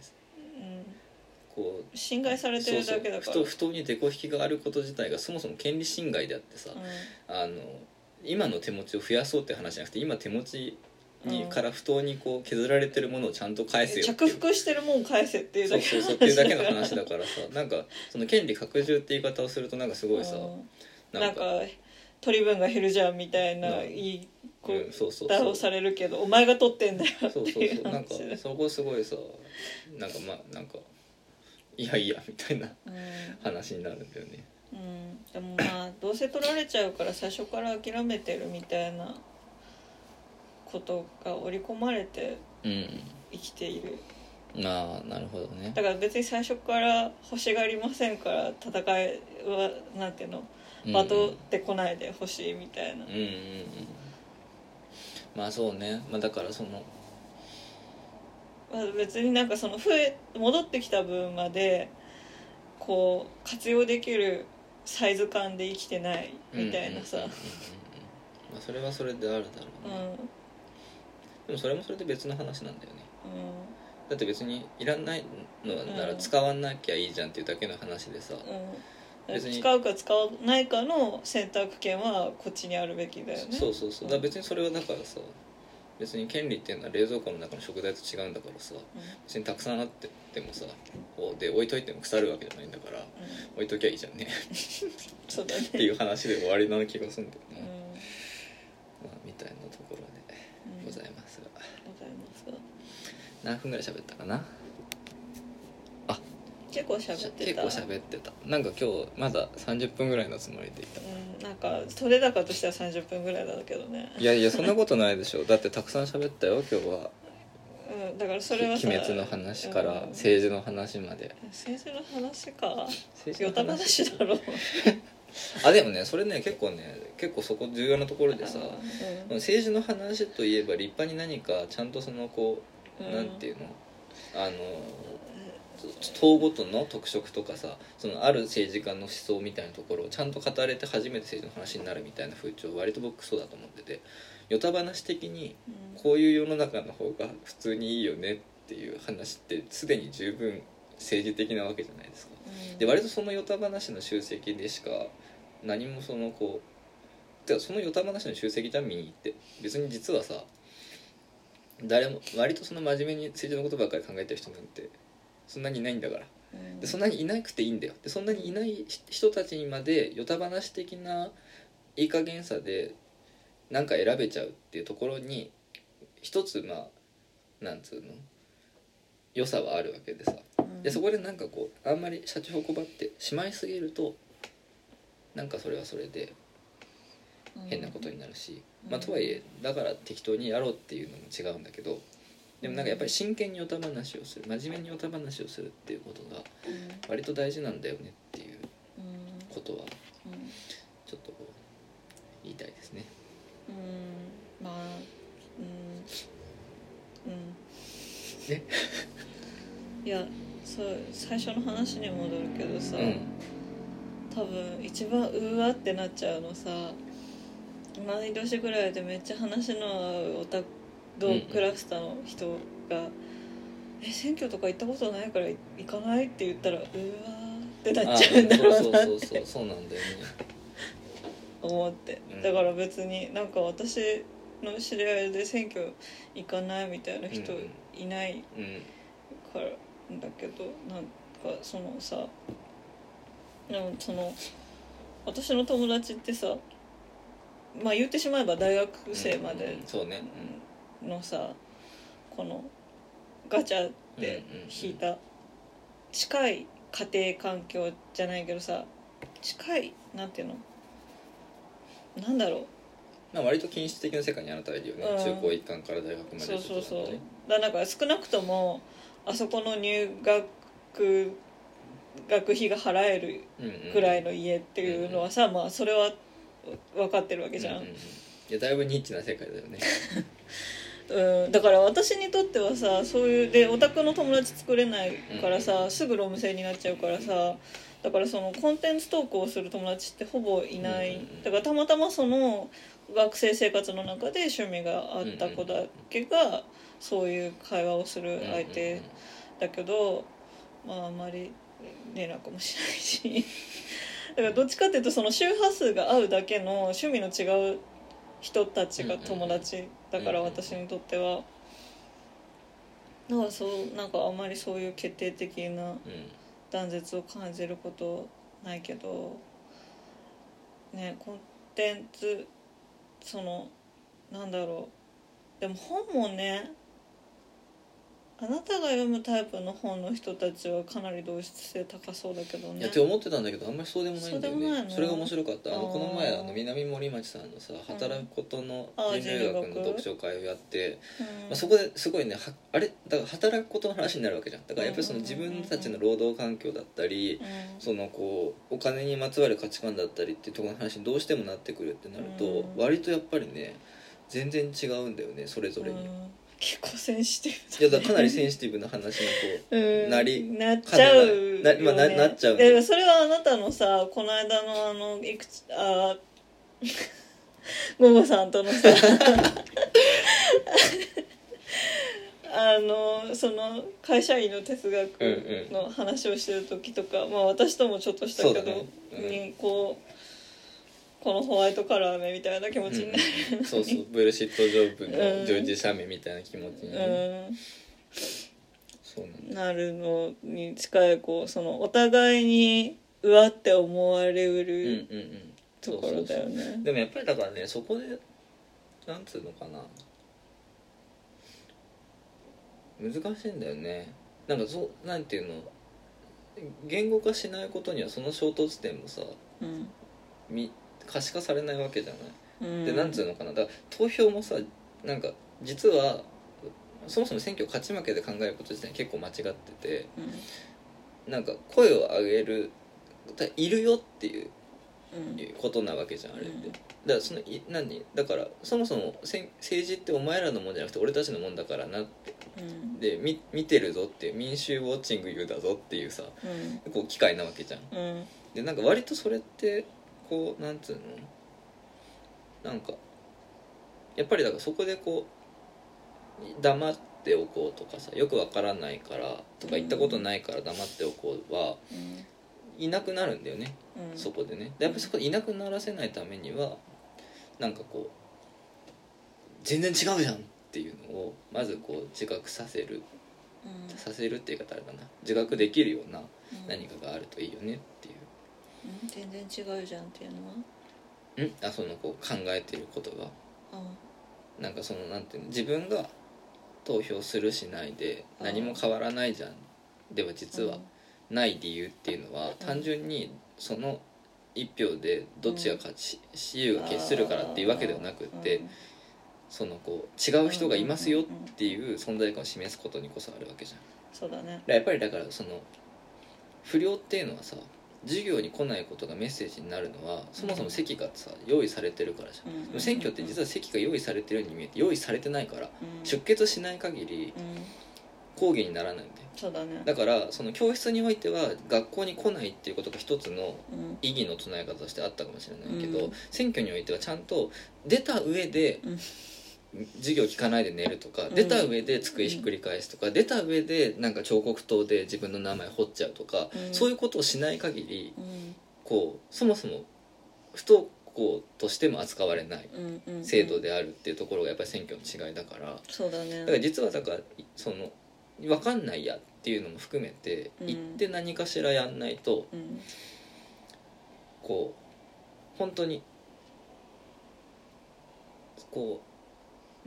Speaker 1: こう
Speaker 2: 侵害されてるだけだから
Speaker 1: そうそう不当不当にデコ引きがあること自体がそもそも権利侵害であってさ、あの今の手持ちを増やそうって話じゃなくて今手持ちに、
Speaker 2: うん
Speaker 1: から不当にこう削られてるものをちゃんと返せ
Speaker 2: うん、
Speaker 1: よ
Speaker 2: 着服してるもん返せっていう
Speaker 1: そ
Speaker 2: だ
Speaker 1: う
Speaker 2: け
Speaker 1: そう
Speaker 2: の
Speaker 1: そうっていうだけの
Speaker 2: 話
Speaker 1: 話だからさなんかその権利拡充って言い方をするとなんかすごいさ、
Speaker 2: うん
Speaker 1: な
Speaker 2: なんん
Speaker 1: か
Speaker 2: か取り分が減るじゃんみたいな
Speaker 1: うん
Speaker 2: いいこ
Speaker 1: うんそうそうそう
Speaker 2: うだをされるけどお前が取ってんだよって
Speaker 1: そうそう
Speaker 2: い
Speaker 1: そううなん か
Speaker 2: 話だ
Speaker 1: そこすごいさなんかまあなんかいやいやみたいな
Speaker 2: うん
Speaker 1: 話になるんだよね
Speaker 2: うんでもまあどうせ取られちゃうから最初から諦めてるみたいなことが織り込まれて
Speaker 1: う
Speaker 2: 生きている
Speaker 1: んまあなるほどね
Speaker 2: だから別に最初から欲しがりませんから戦いはなんていうの
Speaker 1: うん
Speaker 2: バトってこないでほしいみたいな
Speaker 1: うんうんうんまあそうねまあだからその
Speaker 2: まあ、別になんかその増え戻ってきた分までこう活用できるサイズ感で生きてないみたいなさ
Speaker 1: うんうんうんうんまあそれはそれであるだろ
Speaker 2: う
Speaker 1: うんね、でもそれもそれで別の話なんだよね
Speaker 2: う
Speaker 1: だって別にいらないのなら使わなきゃいいじゃんっていうだけの話でさ、
Speaker 2: ん
Speaker 1: 別
Speaker 2: うん
Speaker 1: に
Speaker 2: 使うか使わないかの選択権はこっちにあるべきだよね
Speaker 1: そうそうそうだから別にそれはだからさ別に権利っていうのは冷蔵庫の中の食材と違うんだからさ
Speaker 2: うん
Speaker 1: 別にたくさんあっててもさこうで置いといても腐るわけじゃないんだから
Speaker 2: うん
Speaker 1: 置いときゃいいじゃんね
Speaker 2: そうだね
Speaker 1: っていう話で終わりな気がするんだ
Speaker 2: うん
Speaker 1: よね、まあ、みたいなところで
Speaker 2: うん
Speaker 1: ございますが
Speaker 2: ございますが
Speaker 1: 何分ぐらい喋ったかな
Speaker 2: 結構喋って
Speaker 1: 結
Speaker 2: た
Speaker 1: 構喋ってたなんか今日まだ30分ぐらいのつもりでいた
Speaker 2: うんなんか取れ高としては30分ぐらいだけどね
Speaker 1: いやいやそんなことないでしょだってたくさん喋ったよ今日は
Speaker 2: うんだから
Speaker 1: 「
Speaker 2: そ
Speaker 1: 鬼
Speaker 2: れはさ
Speaker 1: 滅」の話から
Speaker 2: うん
Speaker 1: 政治の話まで
Speaker 2: 先生の話か
Speaker 1: 政
Speaker 2: ヨ
Speaker 1: 治
Speaker 2: タ
Speaker 1: の話
Speaker 2: 話だろ
Speaker 1: あでもねそれね結構ね結構そこ重要なところでさ
Speaker 2: う
Speaker 1: 政治の話といえば立派に何かちゃんとそのこう、
Speaker 2: うん
Speaker 1: なんていうのあの党ごとの特色とかさそのある政治家の思想みたいなところをちゃんと語れて初めて政治の話になるみたいな風潮割と僕そうだと思っててヨタ話的に
Speaker 2: ん
Speaker 1: こういう世の中の方が普通にいいよねっていう話ってすでに十分政治的なわけじゃないですか。で割とそのヨタ話の集積でしか何もそのこうてかそのヨタ話の集積じゃん見に行って別に実はさ誰も割とその真面目に政治のことばっかり考えてる人なんてそんなにいないんだから
Speaker 2: うん
Speaker 1: でそんなにいなくていいんだよでそんなにいない人たちにまでヨタ話的ないい加減さでなんか選べちゃうっていうところに一つまあなんつうの良さはあるわけでさ
Speaker 2: うん
Speaker 1: でそこでなんかこうあんまりシャチホコばってしまいすぎるとなんかそれはそれで変なことになるし、
Speaker 2: うん
Speaker 1: まあとはいえだから適当にやろうっていうのも違うんだけどでもなんかやっぱり真剣におた話をする真面目におた話をするっていうことが
Speaker 2: うん
Speaker 1: 割と大事なんだよねっていう
Speaker 2: うん
Speaker 1: ことは
Speaker 2: うん
Speaker 1: ちょっとこう言いたいですね。
Speaker 2: うんまあうんうん
Speaker 1: え
Speaker 2: いやそう最初の話に戻るけどさ、
Speaker 1: うん、
Speaker 2: 多分一番うわってなっちゃうのさ毎年ぐらいでめっちゃ話の合うオタ同クラスターの人が「え選挙とか行ったことないから行かない?」って言ったら「うわ」って なっちゃうんだろうなっ
Speaker 1: そうそうそうそ
Speaker 2: て
Speaker 1: うそうなんだよね。
Speaker 2: 思って
Speaker 1: うん
Speaker 2: だから別になんか私の知り合いで選挙行かないみたいな人
Speaker 1: うん
Speaker 2: いない
Speaker 1: うん
Speaker 2: からんだけどなんかかそのさでもその私の友達ってさまあ言ってしまえば大学生まで
Speaker 1: うんそうね
Speaker 2: のさこのガチャで引いた近い家庭環境じゃないけどさ近いなんていうのなんだろう
Speaker 1: まあ割と均質的な世界にあなたはいるよね、
Speaker 2: うん
Speaker 1: 中高一貫から大学まで
Speaker 2: そうそうそう
Speaker 1: ちょっとだとね
Speaker 2: だからなんか少なくともあそこの入学学費が払える
Speaker 1: うんうん
Speaker 2: くらいの家っていうのはさ、まあそれは分かってるわけじゃ
Speaker 1: うんんうん、いやだいぶニッチな世界だよね
Speaker 2: うん、だから私にとってはさそういうでオタクの友達作れないからさすぐロム制になっちゃうからさだからそのコンテンツ投稿をする友達ってほぼいな
Speaker 1: うん
Speaker 2: い
Speaker 1: うんうん
Speaker 2: だからたまたまその学生生活の中で趣味があった子だけがそういう会話をする相手だけどまああんまり連絡もしないし だからどっちかっていうとその周波数が合うだけの趣味の違う人たちが友達だから
Speaker 1: うんうんうん
Speaker 2: 私にとってはだからそうなんかあんまりそういう決定的
Speaker 1: うんう
Speaker 2: な
Speaker 1: んうん
Speaker 2: 断絶を感じることないけどねコンテンツそのなんだろうでも本もねあなたが読むタイプの本の人たちはかなり同質性高そうだけど
Speaker 1: い
Speaker 2: ね
Speaker 1: やって思ってたんだけどあんまりそうでもないんだよ
Speaker 2: そうでもない
Speaker 1: ね
Speaker 2: の
Speaker 1: それが面白かったあの
Speaker 2: あー
Speaker 1: この前あの南森町さんのさ「働くことの
Speaker 2: あー
Speaker 1: 人類学
Speaker 2: 人類
Speaker 1: の
Speaker 2: 学
Speaker 1: 読書会」をやって、
Speaker 2: うん
Speaker 1: まあ、そこですごいねはあれだから働くことの話になるわけじゃんだからやっぱりその自分たちの労働環境だったり
Speaker 2: うん
Speaker 1: そのこうお金にまつわる価値観だったりっていうところの話にどうしてもなってくるってなると
Speaker 2: うん
Speaker 1: 割とやっぱりね全然違うんだよねそれぞれ
Speaker 2: う
Speaker 1: に。
Speaker 2: ん結構センシティ
Speaker 1: いやだからかなりセンシティブな話にこう
Speaker 2: ブうん
Speaker 1: なり
Speaker 2: なっちゃうよ、
Speaker 1: かなりなまあななっちゃう
Speaker 2: いやでもそれはあなたのさこの間のあのいくつあ ーゴゴさんとのさ あのその会社員の哲
Speaker 1: うん
Speaker 2: 学
Speaker 1: うん
Speaker 2: の話をしてる時とか、まあ私ともちょっとしたけど、
Speaker 1: そうだねうん
Speaker 2: にこうこのホワイトカラー目みたいな気持ちになる、
Speaker 1: うんそうそうブルシットジョブ
Speaker 2: う
Speaker 1: の
Speaker 2: ん
Speaker 1: ジョージ・シャメみたいな気持ちに、ね
Speaker 2: うん
Speaker 1: そうなんだ
Speaker 2: なるのに近いこうそのお互いにうわって思われう
Speaker 1: うんう
Speaker 2: る
Speaker 1: んうん
Speaker 2: ところだよね。
Speaker 1: でもやっぱりだからねそこでなんつうのかな難しいんだよねなんかそうなんていうの言語化しないことにはその衝突点もさ
Speaker 2: うん
Speaker 1: み可視化されないわけじゃない
Speaker 2: うん
Speaker 1: でなんつうのかなだから投票もさなんか実はそもそも選挙勝ち負けで考えること自体結構間違ってて
Speaker 2: うん
Speaker 1: なんか声を上げるいるよっていう
Speaker 2: うん
Speaker 1: ことなわけじゃんあれって、
Speaker 2: うん
Speaker 1: だからそのい何だからそもそもせん政治ってお前らのもんじゃなくて俺たちのもんだからなって
Speaker 2: うん
Speaker 1: でみ見てるぞっていう民衆ウォッチング言うだぞっていうさ
Speaker 2: うん
Speaker 1: こう機会なわけじゃん
Speaker 2: うん
Speaker 1: でなんか割とそれってこうなんつうのなんかやっぱりだからそこでこう黙っておこうとかさよくわからないからとか言ったことないから黙っておこうは、いなくなるんだよね
Speaker 2: うん
Speaker 1: そこでねでやっぱりそこでいなくならせないためにはなんかこう全然違うじゃんっていうのをまずこう自覚させる
Speaker 2: うん
Speaker 1: させるっていう言い方あれだな自覚できるような
Speaker 2: うん
Speaker 1: 何かがあるといいよねっていう
Speaker 2: うん全然違うじゃんっていうのは
Speaker 1: んあそのこう考えていることが
Speaker 2: あ
Speaker 1: なんかそのなんていうの自分が投票するしないで何も変わらないじゃんでは実はない理由っていうのは単純にその一票でどっちが勝ち私有が決するからっていうわけではなくってそのこう違う人がいますよっていう存在感を示すことにこそあるわけじゃん。だか
Speaker 2: そうだね
Speaker 1: らやっぱりだからその不良っていうのはさ授業に来ないことがメッセージになるのはそもそも席がさ用意されてるからじゃん。でも選挙って実
Speaker 2: は
Speaker 1: は席が用意されてるように見えて用意されてないから出血しない限り抗議にならないんだよ
Speaker 2: そうだね
Speaker 1: だからその教室においては学校に来ないっていうことが一つの
Speaker 2: うん
Speaker 1: 意義の唱え方としてあったかもしれないけど、
Speaker 2: うん
Speaker 1: 選挙においてはちゃんと出た上で、
Speaker 2: うん
Speaker 1: 授業聞かないで寝るとか、
Speaker 2: うん
Speaker 1: 出た上で机ひっくり返すとか、出た上でなんか彫刻刀で自分の名前彫っちゃうとか、
Speaker 2: うん
Speaker 1: そういうことをしない限り
Speaker 2: うん
Speaker 1: こうそもそも不登校としても扱われない
Speaker 2: うんうん
Speaker 1: 制度であるっていうところがやっぱり選挙の違いだから、
Speaker 2: そうだね
Speaker 1: だから実はだからその分かんないやっていうのも含めて、
Speaker 2: うん
Speaker 1: 行って何かしらやんないと
Speaker 2: うん
Speaker 1: こう本当にこう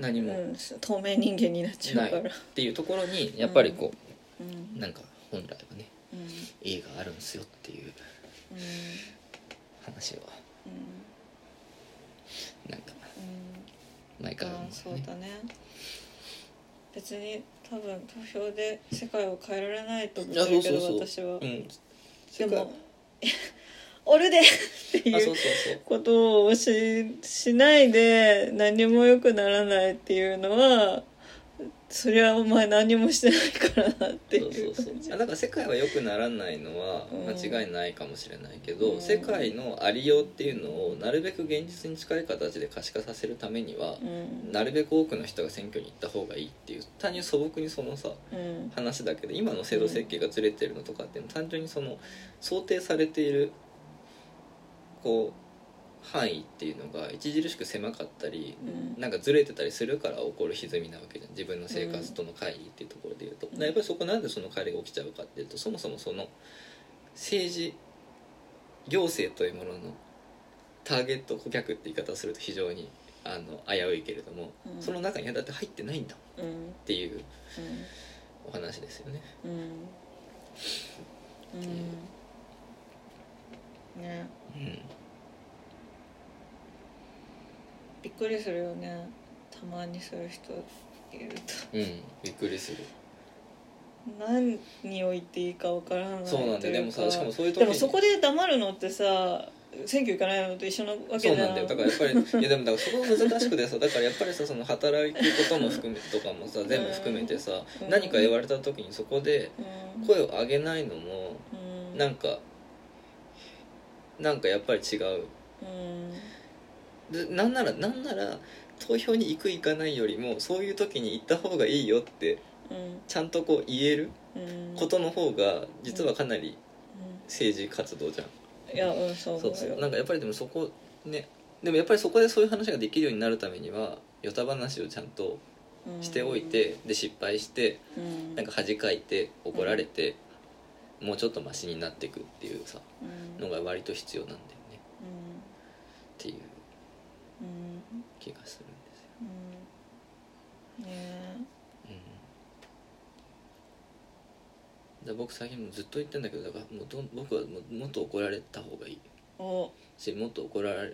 Speaker 1: 何も
Speaker 2: うん、透明人間になっちゃうから
Speaker 1: っていうところにやっぱりこ
Speaker 2: うん
Speaker 1: う、なんか本来はね
Speaker 2: うんうん
Speaker 1: 映画あるんですよっていう話を
Speaker 2: うん
Speaker 1: なんか
Speaker 2: うん
Speaker 1: 毎回
Speaker 2: あ
Speaker 1: 思
Speaker 2: あそうう
Speaker 1: ね
Speaker 2: だね別に多分投票で世界を変えられないと思ってるけ
Speaker 1: いやそう
Speaker 2: ど
Speaker 1: そうそう
Speaker 2: 私は
Speaker 1: うん
Speaker 2: で
Speaker 1: 世界
Speaker 2: も「俺で!」 って
Speaker 1: あ
Speaker 2: い
Speaker 1: そううそうそう
Speaker 2: ことをししないで何も良くならないっていうのはそりゃお前何もしてないからなって
Speaker 1: そう
Speaker 2: い
Speaker 1: そううそう
Speaker 2: 感じ
Speaker 1: あだから世界は良くならないのは
Speaker 2: うん
Speaker 1: 間違いないかもしれないけど、
Speaker 2: うん
Speaker 1: 世界のありようっていうのをなるべく現実に近い形で可視化させるためには
Speaker 2: う、ん
Speaker 1: なるべく多くの人が選挙に行った方がいいっていう単に素朴にそのさ
Speaker 2: うん
Speaker 1: 話だけど今の制度設計がずれてるのとかっていうのは単純にその想定されているこう範囲っていうのが著しく狭かったり
Speaker 2: うん
Speaker 1: なんかずれてたりするから起こる歪みなわけじゃん自分の生活との乖離っていうところでいうと、
Speaker 2: うん
Speaker 1: でやっぱりそこなんでその乖離が起きちゃうかっていうとそもそもその政治行政というもののターゲット顧客って言い方をすると非常にあの危ういけれども、
Speaker 2: うん
Speaker 1: その中にだって入ってないんだもんっ
Speaker 2: うん
Speaker 1: ていうお話ですよね。
Speaker 2: うんうんうんね
Speaker 1: うん
Speaker 2: びっくりするよねたまにする人いると
Speaker 1: うん、びっくりする
Speaker 2: 何を言っていいかわからない
Speaker 1: そうなんだよでも
Speaker 2: とい
Speaker 1: さ
Speaker 2: うか
Speaker 1: しかもそういう時
Speaker 2: で
Speaker 1: に
Speaker 2: もそこで黙るのってさ選挙行かないのと一緒なわけじ
Speaker 1: そ
Speaker 2: ゃ
Speaker 1: うなんだよだからやっぱりい やでもだからそこが難しくてさだからやっぱりさその働くことも含めとかもさ全部含めてさ、
Speaker 2: うん
Speaker 1: 何か言われた時にそこで
Speaker 2: うん
Speaker 1: 声を上げないのも
Speaker 2: うん
Speaker 1: なんかなんかやっぱり違う
Speaker 2: うん
Speaker 1: でなんならなんなら投票に行く行かないよりもそういう時に行った方がいいよって
Speaker 2: うん
Speaker 1: ちゃんとこう言える
Speaker 2: うん
Speaker 1: ことの方が実はかなり政治活動じゃん
Speaker 2: うんいやうんそう思う
Speaker 1: そ
Speaker 2: よ
Speaker 1: うそうなんかやっぱりでもそこねでもやっぱりそこでそういう話ができるようになるためにはヨタ話をちゃんとしておいて、で失敗して
Speaker 2: うん
Speaker 1: なんか恥かいて怒られて、もうちょっとマシになっていくっていうさ
Speaker 2: うんう
Speaker 1: のが
Speaker 2: ん
Speaker 1: 割と必要なんだよねっていう
Speaker 2: うん
Speaker 1: 気がするんですよ
Speaker 2: うんねえ
Speaker 1: うんで僕最近もずっと言ってんだけどだからもうどん僕はもうもっと怒られた方がいい
Speaker 2: お
Speaker 1: しもっと怒られ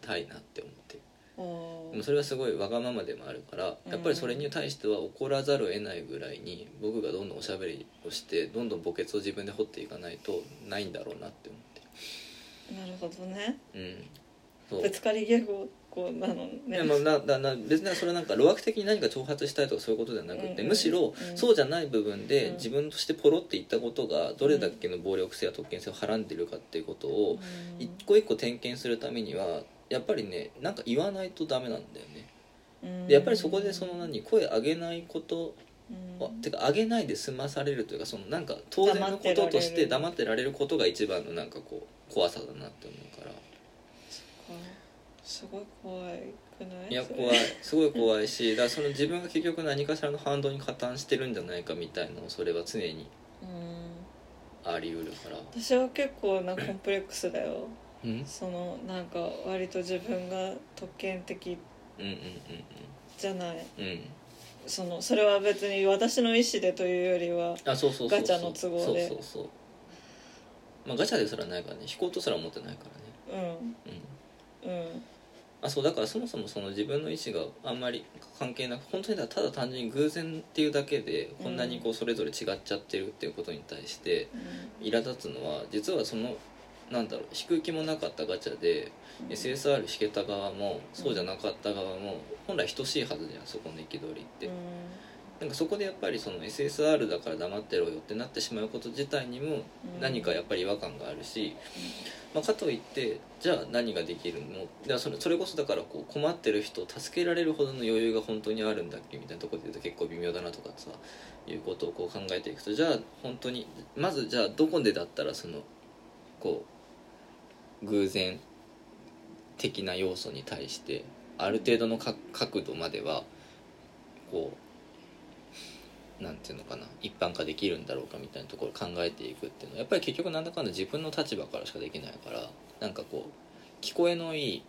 Speaker 1: たいなって思ってる
Speaker 2: お
Speaker 1: でもそれはすごいわがままでもあるからやっぱりそれに対しては怒らざるを得ないぐらいに僕がどんどんおしゃべりをしてどんどん墓穴を自分で掘っていかないとないんだろうなって思
Speaker 2: なるほどね
Speaker 1: ってうんそう
Speaker 2: ぶつかり稽古こうなのね
Speaker 1: でもなだな別にそれなんか路悪的に何か挑発したいとかそういうことじゃなく
Speaker 2: う
Speaker 1: て、
Speaker 2: んうん
Speaker 1: むしろ
Speaker 2: うん
Speaker 1: そうじゃない部分で
Speaker 2: うん
Speaker 1: 自分としてポロって言ったことがどれだけの暴力性や特権性をはらんでるかっていうことを
Speaker 2: うん
Speaker 1: 一個一個点検するためにはやっぱりねなんか言わないとダメなんだよね
Speaker 2: うん
Speaker 1: でやっぱりそこでその何声上げないこと
Speaker 2: うん
Speaker 1: はてか上げないで済まされるというかそのなんか当然のこととして黙
Speaker 2: 黙
Speaker 1: ってられることが一番のなんかこう怖さだなって思うから
Speaker 2: すごい怖いくない
Speaker 1: いや
Speaker 2: それ
Speaker 1: 怖いすごい怖いしだからその自分が結局何かしらの反動に加担してるんじゃないかみたいなのをそれは常に
Speaker 2: うん
Speaker 1: あり得るから
Speaker 2: 私は結構なコンプレックスだよ
Speaker 1: うんうん
Speaker 2: そのなんか割と自分が特権的
Speaker 1: うん
Speaker 2: じゃない
Speaker 1: うんうんうん
Speaker 2: そのそれは別に私の意思でというよりは
Speaker 1: あそうそうそうそう
Speaker 2: ガチャの都合で
Speaker 1: そうそうそうまあガチャですらないからね引こうとすら思ってないからね
Speaker 2: うん
Speaker 1: うん
Speaker 2: うん
Speaker 1: あそうだからそもそもその自分の意思があんまり関係なく本当にただただ単純に偶然っていうだけでこんなにこうそれぞれ違っちゃってるっていうことに対して苛立つのは実はそのなんだろう引く気もなかったガチャで SSR 引けた側もそうじゃなかった側も本来等しいはずじゃんそこの憤りって
Speaker 2: うん
Speaker 1: なんかそこでやっぱりその SSR だから黙ってろよってなってしまうこと自体にも
Speaker 2: うん
Speaker 1: 何かやっぱり違和感があるし、まあ、かといってじゃあ何ができるのじゃあそれそれこそだからこう困ってる人を助けられるほどの余裕が本当にあるんだっけみたいなところで言うと結構微妙だなとかさいうことをこう考えていくとじゃあ本当にまずじゃあどこでだったらそのこう偶然的な要素に対してある程度のか角度まではこうなんていうのかな一般化できるんだろうかみたいなところを考えていくっていうのはやっぱり結局なんだかんだ自分の立場からしかできないからなんかこう聞こえのいい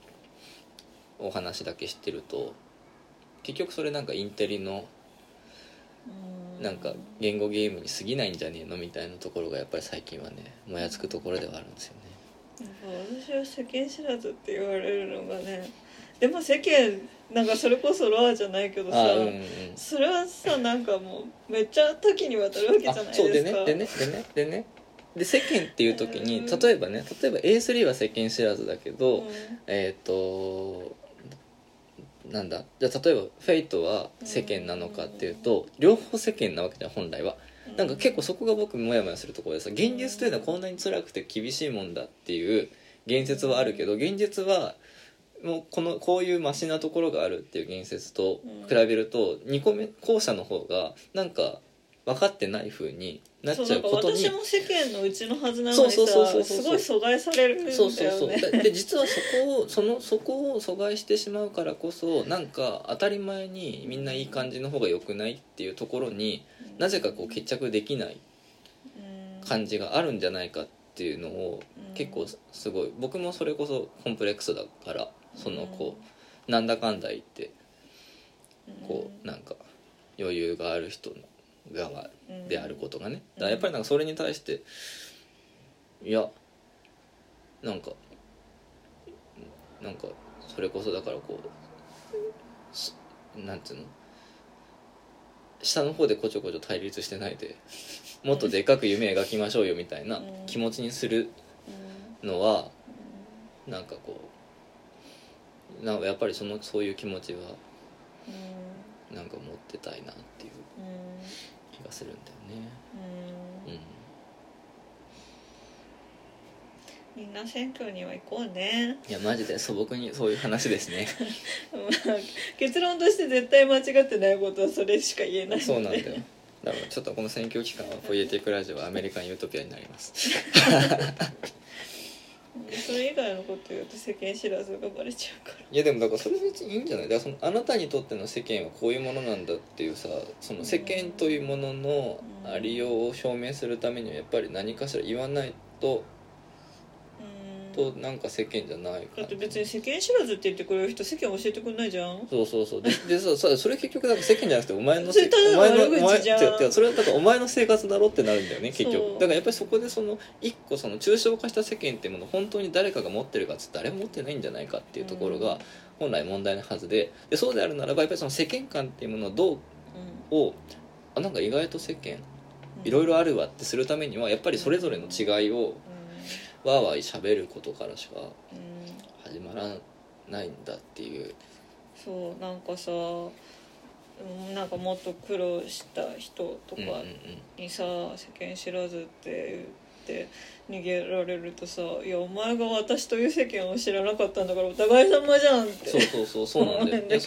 Speaker 1: お話だけ知ってると結局それなんかインテリの
Speaker 2: う
Speaker 1: なんか言語ゲームに過ぎないんじゃねえのみたいなところがやっぱり最近はねもやつくところではあるんですよね。
Speaker 2: なんか私は世間知らずって言われるのがねでも世間なんかそれこそロアじゃないけどさ、
Speaker 1: あーうんうん
Speaker 2: それはさなんかもうめっちゃ多岐にわたるわけじゃな
Speaker 1: あ
Speaker 2: いですか
Speaker 1: そうでねでねでねでねで世間っていう時に
Speaker 2: うん
Speaker 1: 例えばね例えば A3 は世間知らずだけど、
Speaker 2: うん
Speaker 1: えっ、となんだじゃあ例えば「フェイトは世間なのかっていうと両方世間なわけじゃん本来はなんか結構そこが僕モヤモヤするところでさ現実というのはこんなに辛くて厳しいもんだっていう現実はあるけど現実はもうこのこういうマシなところがあるっていう現実と比べると2個目後者の方がなんか分かってない風になっちゃうことに
Speaker 2: そうなんか私も世間のうちのはずなの
Speaker 1: そう
Speaker 2: に
Speaker 1: そうそうそう
Speaker 2: さ
Speaker 1: そう
Speaker 2: すごい阻害されるんだよね
Speaker 1: そうそうそうでで実はそこをそのそこを阻害してしまうからこそなんか当たり前にみんないい感じの方が良くないっていうところになぜかこう決着できない感じがあるんじゃないかっていうのを結構すごい僕もそれこそコンプレックスだからそのこうなんだかんだ言って
Speaker 2: うん
Speaker 1: こうなんか余裕がある人の側
Speaker 2: うん
Speaker 1: であることがね
Speaker 2: う
Speaker 1: だ
Speaker 2: ん
Speaker 1: からやっぱりなんかそれに対していやなんかなんかそれこそだからこうしなんていうの下の方でこちょこちょ対立してない でもっとでかく夢描きましょうよみたいな
Speaker 2: うん
Speaker 1: 気持ちにする
Speaker 2: うん
Speaker 1: のはなんかこうなんかやっぱりそのそういう気持ちは
Speaker 2: う
Speaker 1: なんか持ってたいなっていうん
Speaker 2: うん
Speaker 1: 気がするんだよね。
Speaker 2: うん
Speaker 1: うん
Speaker 2: みんな選挙には行こうね
Speaker 1: いやマジで素朴にそういう話ですね
Speaker 2: まあ結論として絶対間違ってないことはそれしか言えない
Speaker 1: そうなんだよだからちょっとこの選挙期間は「ポイエティックラジオ」はアメリカンユートピアになります
Speaker 2: それ以外のこと言うと世間知らずがバレちゃうから
Speaker 1: いやでもだからそれ別にいいんじゃないだからそのあなたにとっての世間はこういうものなんだっていうさその世間というもののありようを証明するためにはやっぱり何かしら言わないと
Speaker 2: うん
Speaker 1: となんか世間じゃない
Speaker 2: だ
Speaker 1: か
Speaker 2: って別に世間知らずって言ってくれる人世間教えてくんないじゃん
Speaker 1: そうそうそうででささそれ結局だから世間じゃなくてお前のせ
Speaker 2: それただ
Speaker 1: お
Speaker 2: の
Speaker 1: 前の
Speaker 2: 悪
Speaker 1: お前
Speaker 2: 口じゃん
Speaker 1: 違う違うそれはだからお前の生活だろってなるんだよね結
Speaker 2: そう
Speaker 1: 局だからやっぱりそこでその一個その抽象化した世間っていうものを本当に誰かが持ってるかっつって誰も持ってないんじゃないかっていうところが本来問題のはずででそうであるならばやっぱりその世間観っていうものをどうをあなんか意外と世間いろい
Speaker 2: ろ
Speaker 1: ろあるわってするためにはやっぱりそれぞれの違いをわーわー喋ることからしか始まらないんだっていう
Speaker 2: そうなんかさうんなんかもっと苦労した人とか
Speaker 1: うんうんうん
Speaker 2: にさ、世間知らずって言って逃げられるとさ「いやお前が私という世間を知らなかったんだからお互い様じゃん」っ
Speaker 1: そう
Speaker 2: て
Speaker 1: そうそうそう なんだよ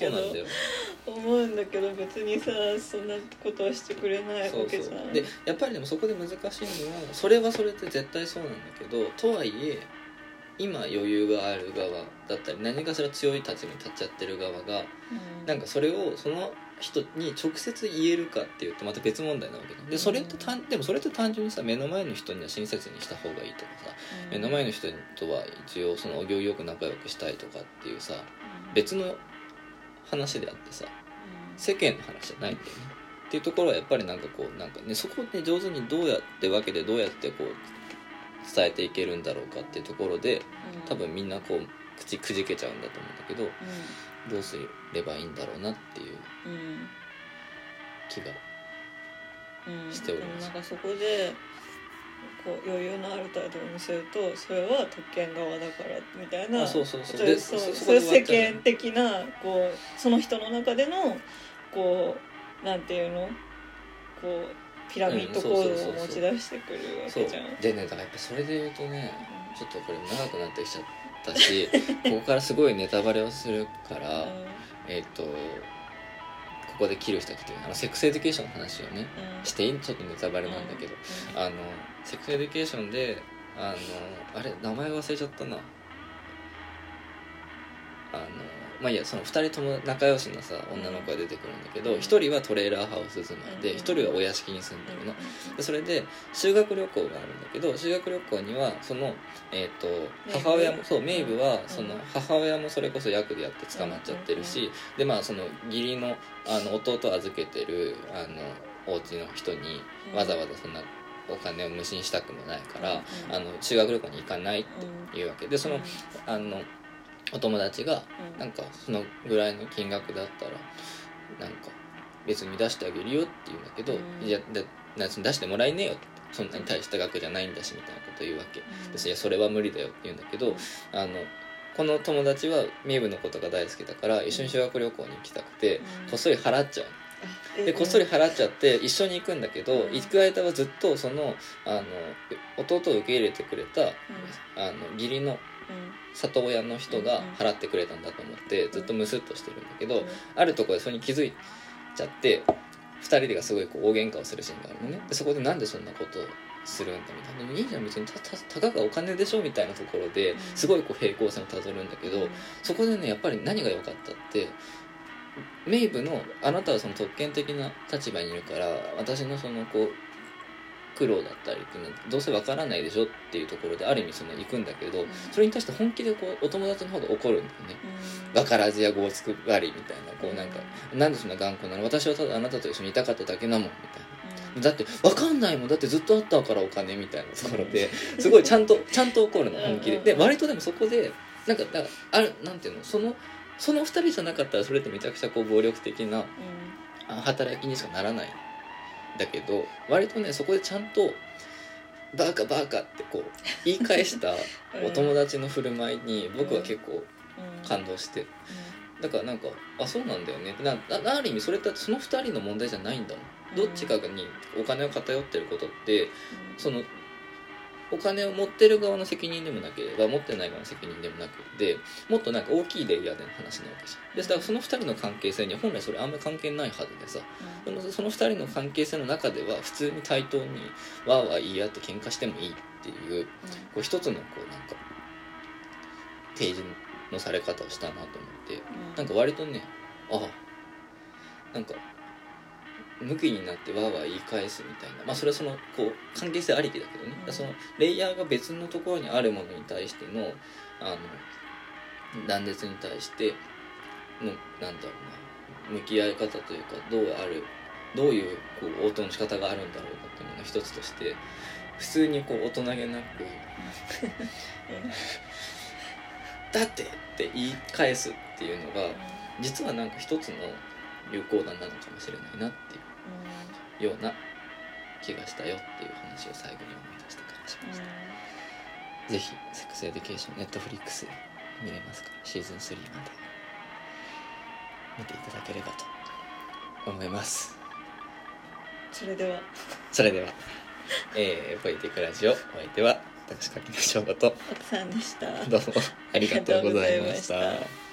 Speaker 2: 思うん
Speaker 1: いや
Speaker 2: だ
Speaker 1: そ
Speaker 2: け
Speaker 1: う
Speaker 2: ど
Speaker 1: なんだよ
Speaker 2: 思うんだけど別にさそんなことはしてくれない
Speaker 1: そ
Speaker 2: わ
Speaker 1: うそ
Speaker 2: けじゃん
Speaker 1: うでやっぱりでもそこで難しいのはそれはそれって絶対そうなんだけどとはいえ今余裕がある側だったり何かしら強い立場に立っちゃってる側が
Speaker 2: うん
Speaker 1: なんかそれをその人に直接言えるかっていうとまた別問題なわけだでそれって単でもそれって単純にさ目の前の人には親切にした方がいいとかさ
Speaker 2: うん
Speaker 1: 目の前の人とは一応そのお行儀よく仲良くしたいとかっていうさ別の話であってさ
Speaker 2: うん
Speaker 1: 世間の話じゃないんだよねっていうところはやっぱりなんかこうなんかねそこをね上手にどうやって分けてどうやってこう伝えていけるんだろうかっていうところで多分みんなこう口くじけちゃうんだと思うんだけどどうすればいいんだろうなっていう
Speaker 2: うんうん
Speaker 1: 気が
Speaker 2: うん
Speaker 1: しております
Speaker 2: でもなんかそこでこう余裕のある態度を見せるとそれは特権側だからみたいな
Speaker 1: あそうそうそう
Speaker 2: そう
Speaker 1: で
Speaker 2: そう
Speaker 1: そそ
Speaker 2: そ
Speaker 1: こ
Speaker 2: うい
Speaker 1: で終わっ
Speaker 2: う世
Speaker 1: ちゃう
Speaker 2: 間的なこうその人の中でのこうなんていうのこうピラミッド構造を持ち出してくるわ
Speaker 1: そう
Speaker 2: けじゃん。
Speaker 1: でねだからやっぱそれで言うとねちょっとこれ長くなってきちゃった しここからすごいネタバレをするから、
Speaker 2: うん
Speaker 1: えっ、とここで切る人たちというあのセックスエデュケーションの話をね
Speaker 2: うん
Speaker 1: していいちょっとネタバレなんだけど、
Speaker 2: うん
Speaker 1: あのセックスエデュケーションであのあれ名前忘れちゃったなあのまあいいやその2人とも仲良しのさ女の子が出てくるんだけど
Speaker 2: うん
Speaker 1: 1人はトレーラーハウス住まいで1人はお屋敷に住んでるのでそれで修学旅行があるんだけど修学旅行にはその、えー、と
Speaker 2: ブ
Speaker 1: 母親もそうメイブは
Speaker 2: ん
Speaker 1: その母親もそれこそ役でやって捕まっちゃってるしでまあその義理のあの弟を預けてるあのお家の人に
Speaker 2: うん
Speaker 1: わざわざそんなお金を無心したくもないから
Speaker 2: うん
Speaker 1: あの修学旅行に行かないっ
Speaker 2: うん
Speaker 1: ていうわけでそのあのお友達が
Speaker 2: うん
Speaker 1: なんかそのぐらいの金額だったらなんか別に出してあげるよって言うんだけど、
Speaker 2: うん
Speaker 1: いやだなその出してもらえねえよってそんなに大した額じゃないんだしみたいなこと言うわけでいやそれは無理だよって言うんだけど、
Speaker 2: うん
Speaker 1: あのこの友達はミーブのことが大好きだから一緒に修学旅行に行きたくて、
Speaker 2: うん
Speaker 1: こっそり払っちゃう
Speaker 2: うん
Speaker 1: でこっそり払っちゃって一緒に行くんだけど
Speaker 2: うん
Speaker 1: 行く間はずっとそのあの弟を受け入れてくれた、あの義理の
Speaker 2: うん
Speaker 1: 里親の人が払ってくれたんだと思ってずっとムスッとしてるんだけどあるところでそれに気づいちゃって2人でがすごいこう大喧嘩をするシーンがあるのねでそこでなんでそんなことをするんだみたいな「でもいいじゃん別にたたたかがお金でしょ」みたいなところで
Speaker 2: うん
Speaker 1: すごいこう平行線をたどるんだけ
Speaker 2: うん
Speaker 1: どそこでねやっぱり何が良かったってメイブのあなたはその特権的な立場にいるから私のそのこう苦労だったりっていうのはどうせわからないでしょっていうところである意味その行くんだけどそれに対して本気でこうお友達の方が怒るんだよね
Speaker 2: うん
Speaker 1: 分からずやごをつくばりみたいなこうなんかなんでそんな頑固なの私はただあなたと一緒にいたかっただけなもんみたいな
Speaker 2: うん
Speaker 1: だって分かんないもんだってずっとあったからお金みたいなところですごいちゃん とちゃんと怒るの本気で
Speaker 2: うんうん
Speaker 1: で割とでもそこでなんかだからあるなんていうのそのその2人じゃなかったらそれってめちゃくちゃこう暴力的な
Speaker 2: うん
Speaker 1: あ働きにしかならないだけど割とねそこでちゃんとバカバカってこう言い返 したお友達の振る舞いに僕は結構
Speaker 2: うん
Speaker 1: 感動して
Speaker 2: う
Speaker 1: だからなんかあそうなんだよねななある意味それってその2人の問題じゃないんだもんどっちかにお金を偏ってることって
Speaker 2: ん
Speaker 1: そのお金を持ってる側の責任でもなければ持ってない側の責任でもなくてもっとなんか大きいレイヤーでの話なわけじゃんでだからその2人の関係性には本来それあんまり関係ないはずでさでもその2人の関係性の中では普通に対等にわーわー言い合って喧嘩してもいいっていうこう一つのこうなんか提示のされ方をしたなと思ってなんか割とねああなんか向きになってわーわー言い返すみたいなまあそれはそのこう関係性ありきだけどね、
Speaker 2: うん
Speaker 1: そのレイヤーが別のところにあるものに対してのあの断絶に対してのなんだろうな向き合い方というかどうあるどういうこう応答の仕方があるんだろうかっていうのの一つとして普通にこう大人げなく「だって!」って言い返すっていうのが実はなんか一つの流行談なのかもしれないなっていうような気がしたよっていう話を最後に思い出した感じしました、ぜひ「セックスエデュケーション」ネットフリックスで見れますからシーズン3まで見ていただければと思います
Speaker 2: それでは
Speaker 1: それでは「えー、ポエティックラジオ」お相手は私柿野翔吾と
Speaker 2: 奥さんでした。
Speaker 1: どうもありがとうございまし
Speaker 2: ありがとうございま
Speaker 1: た
Speaker 2: した。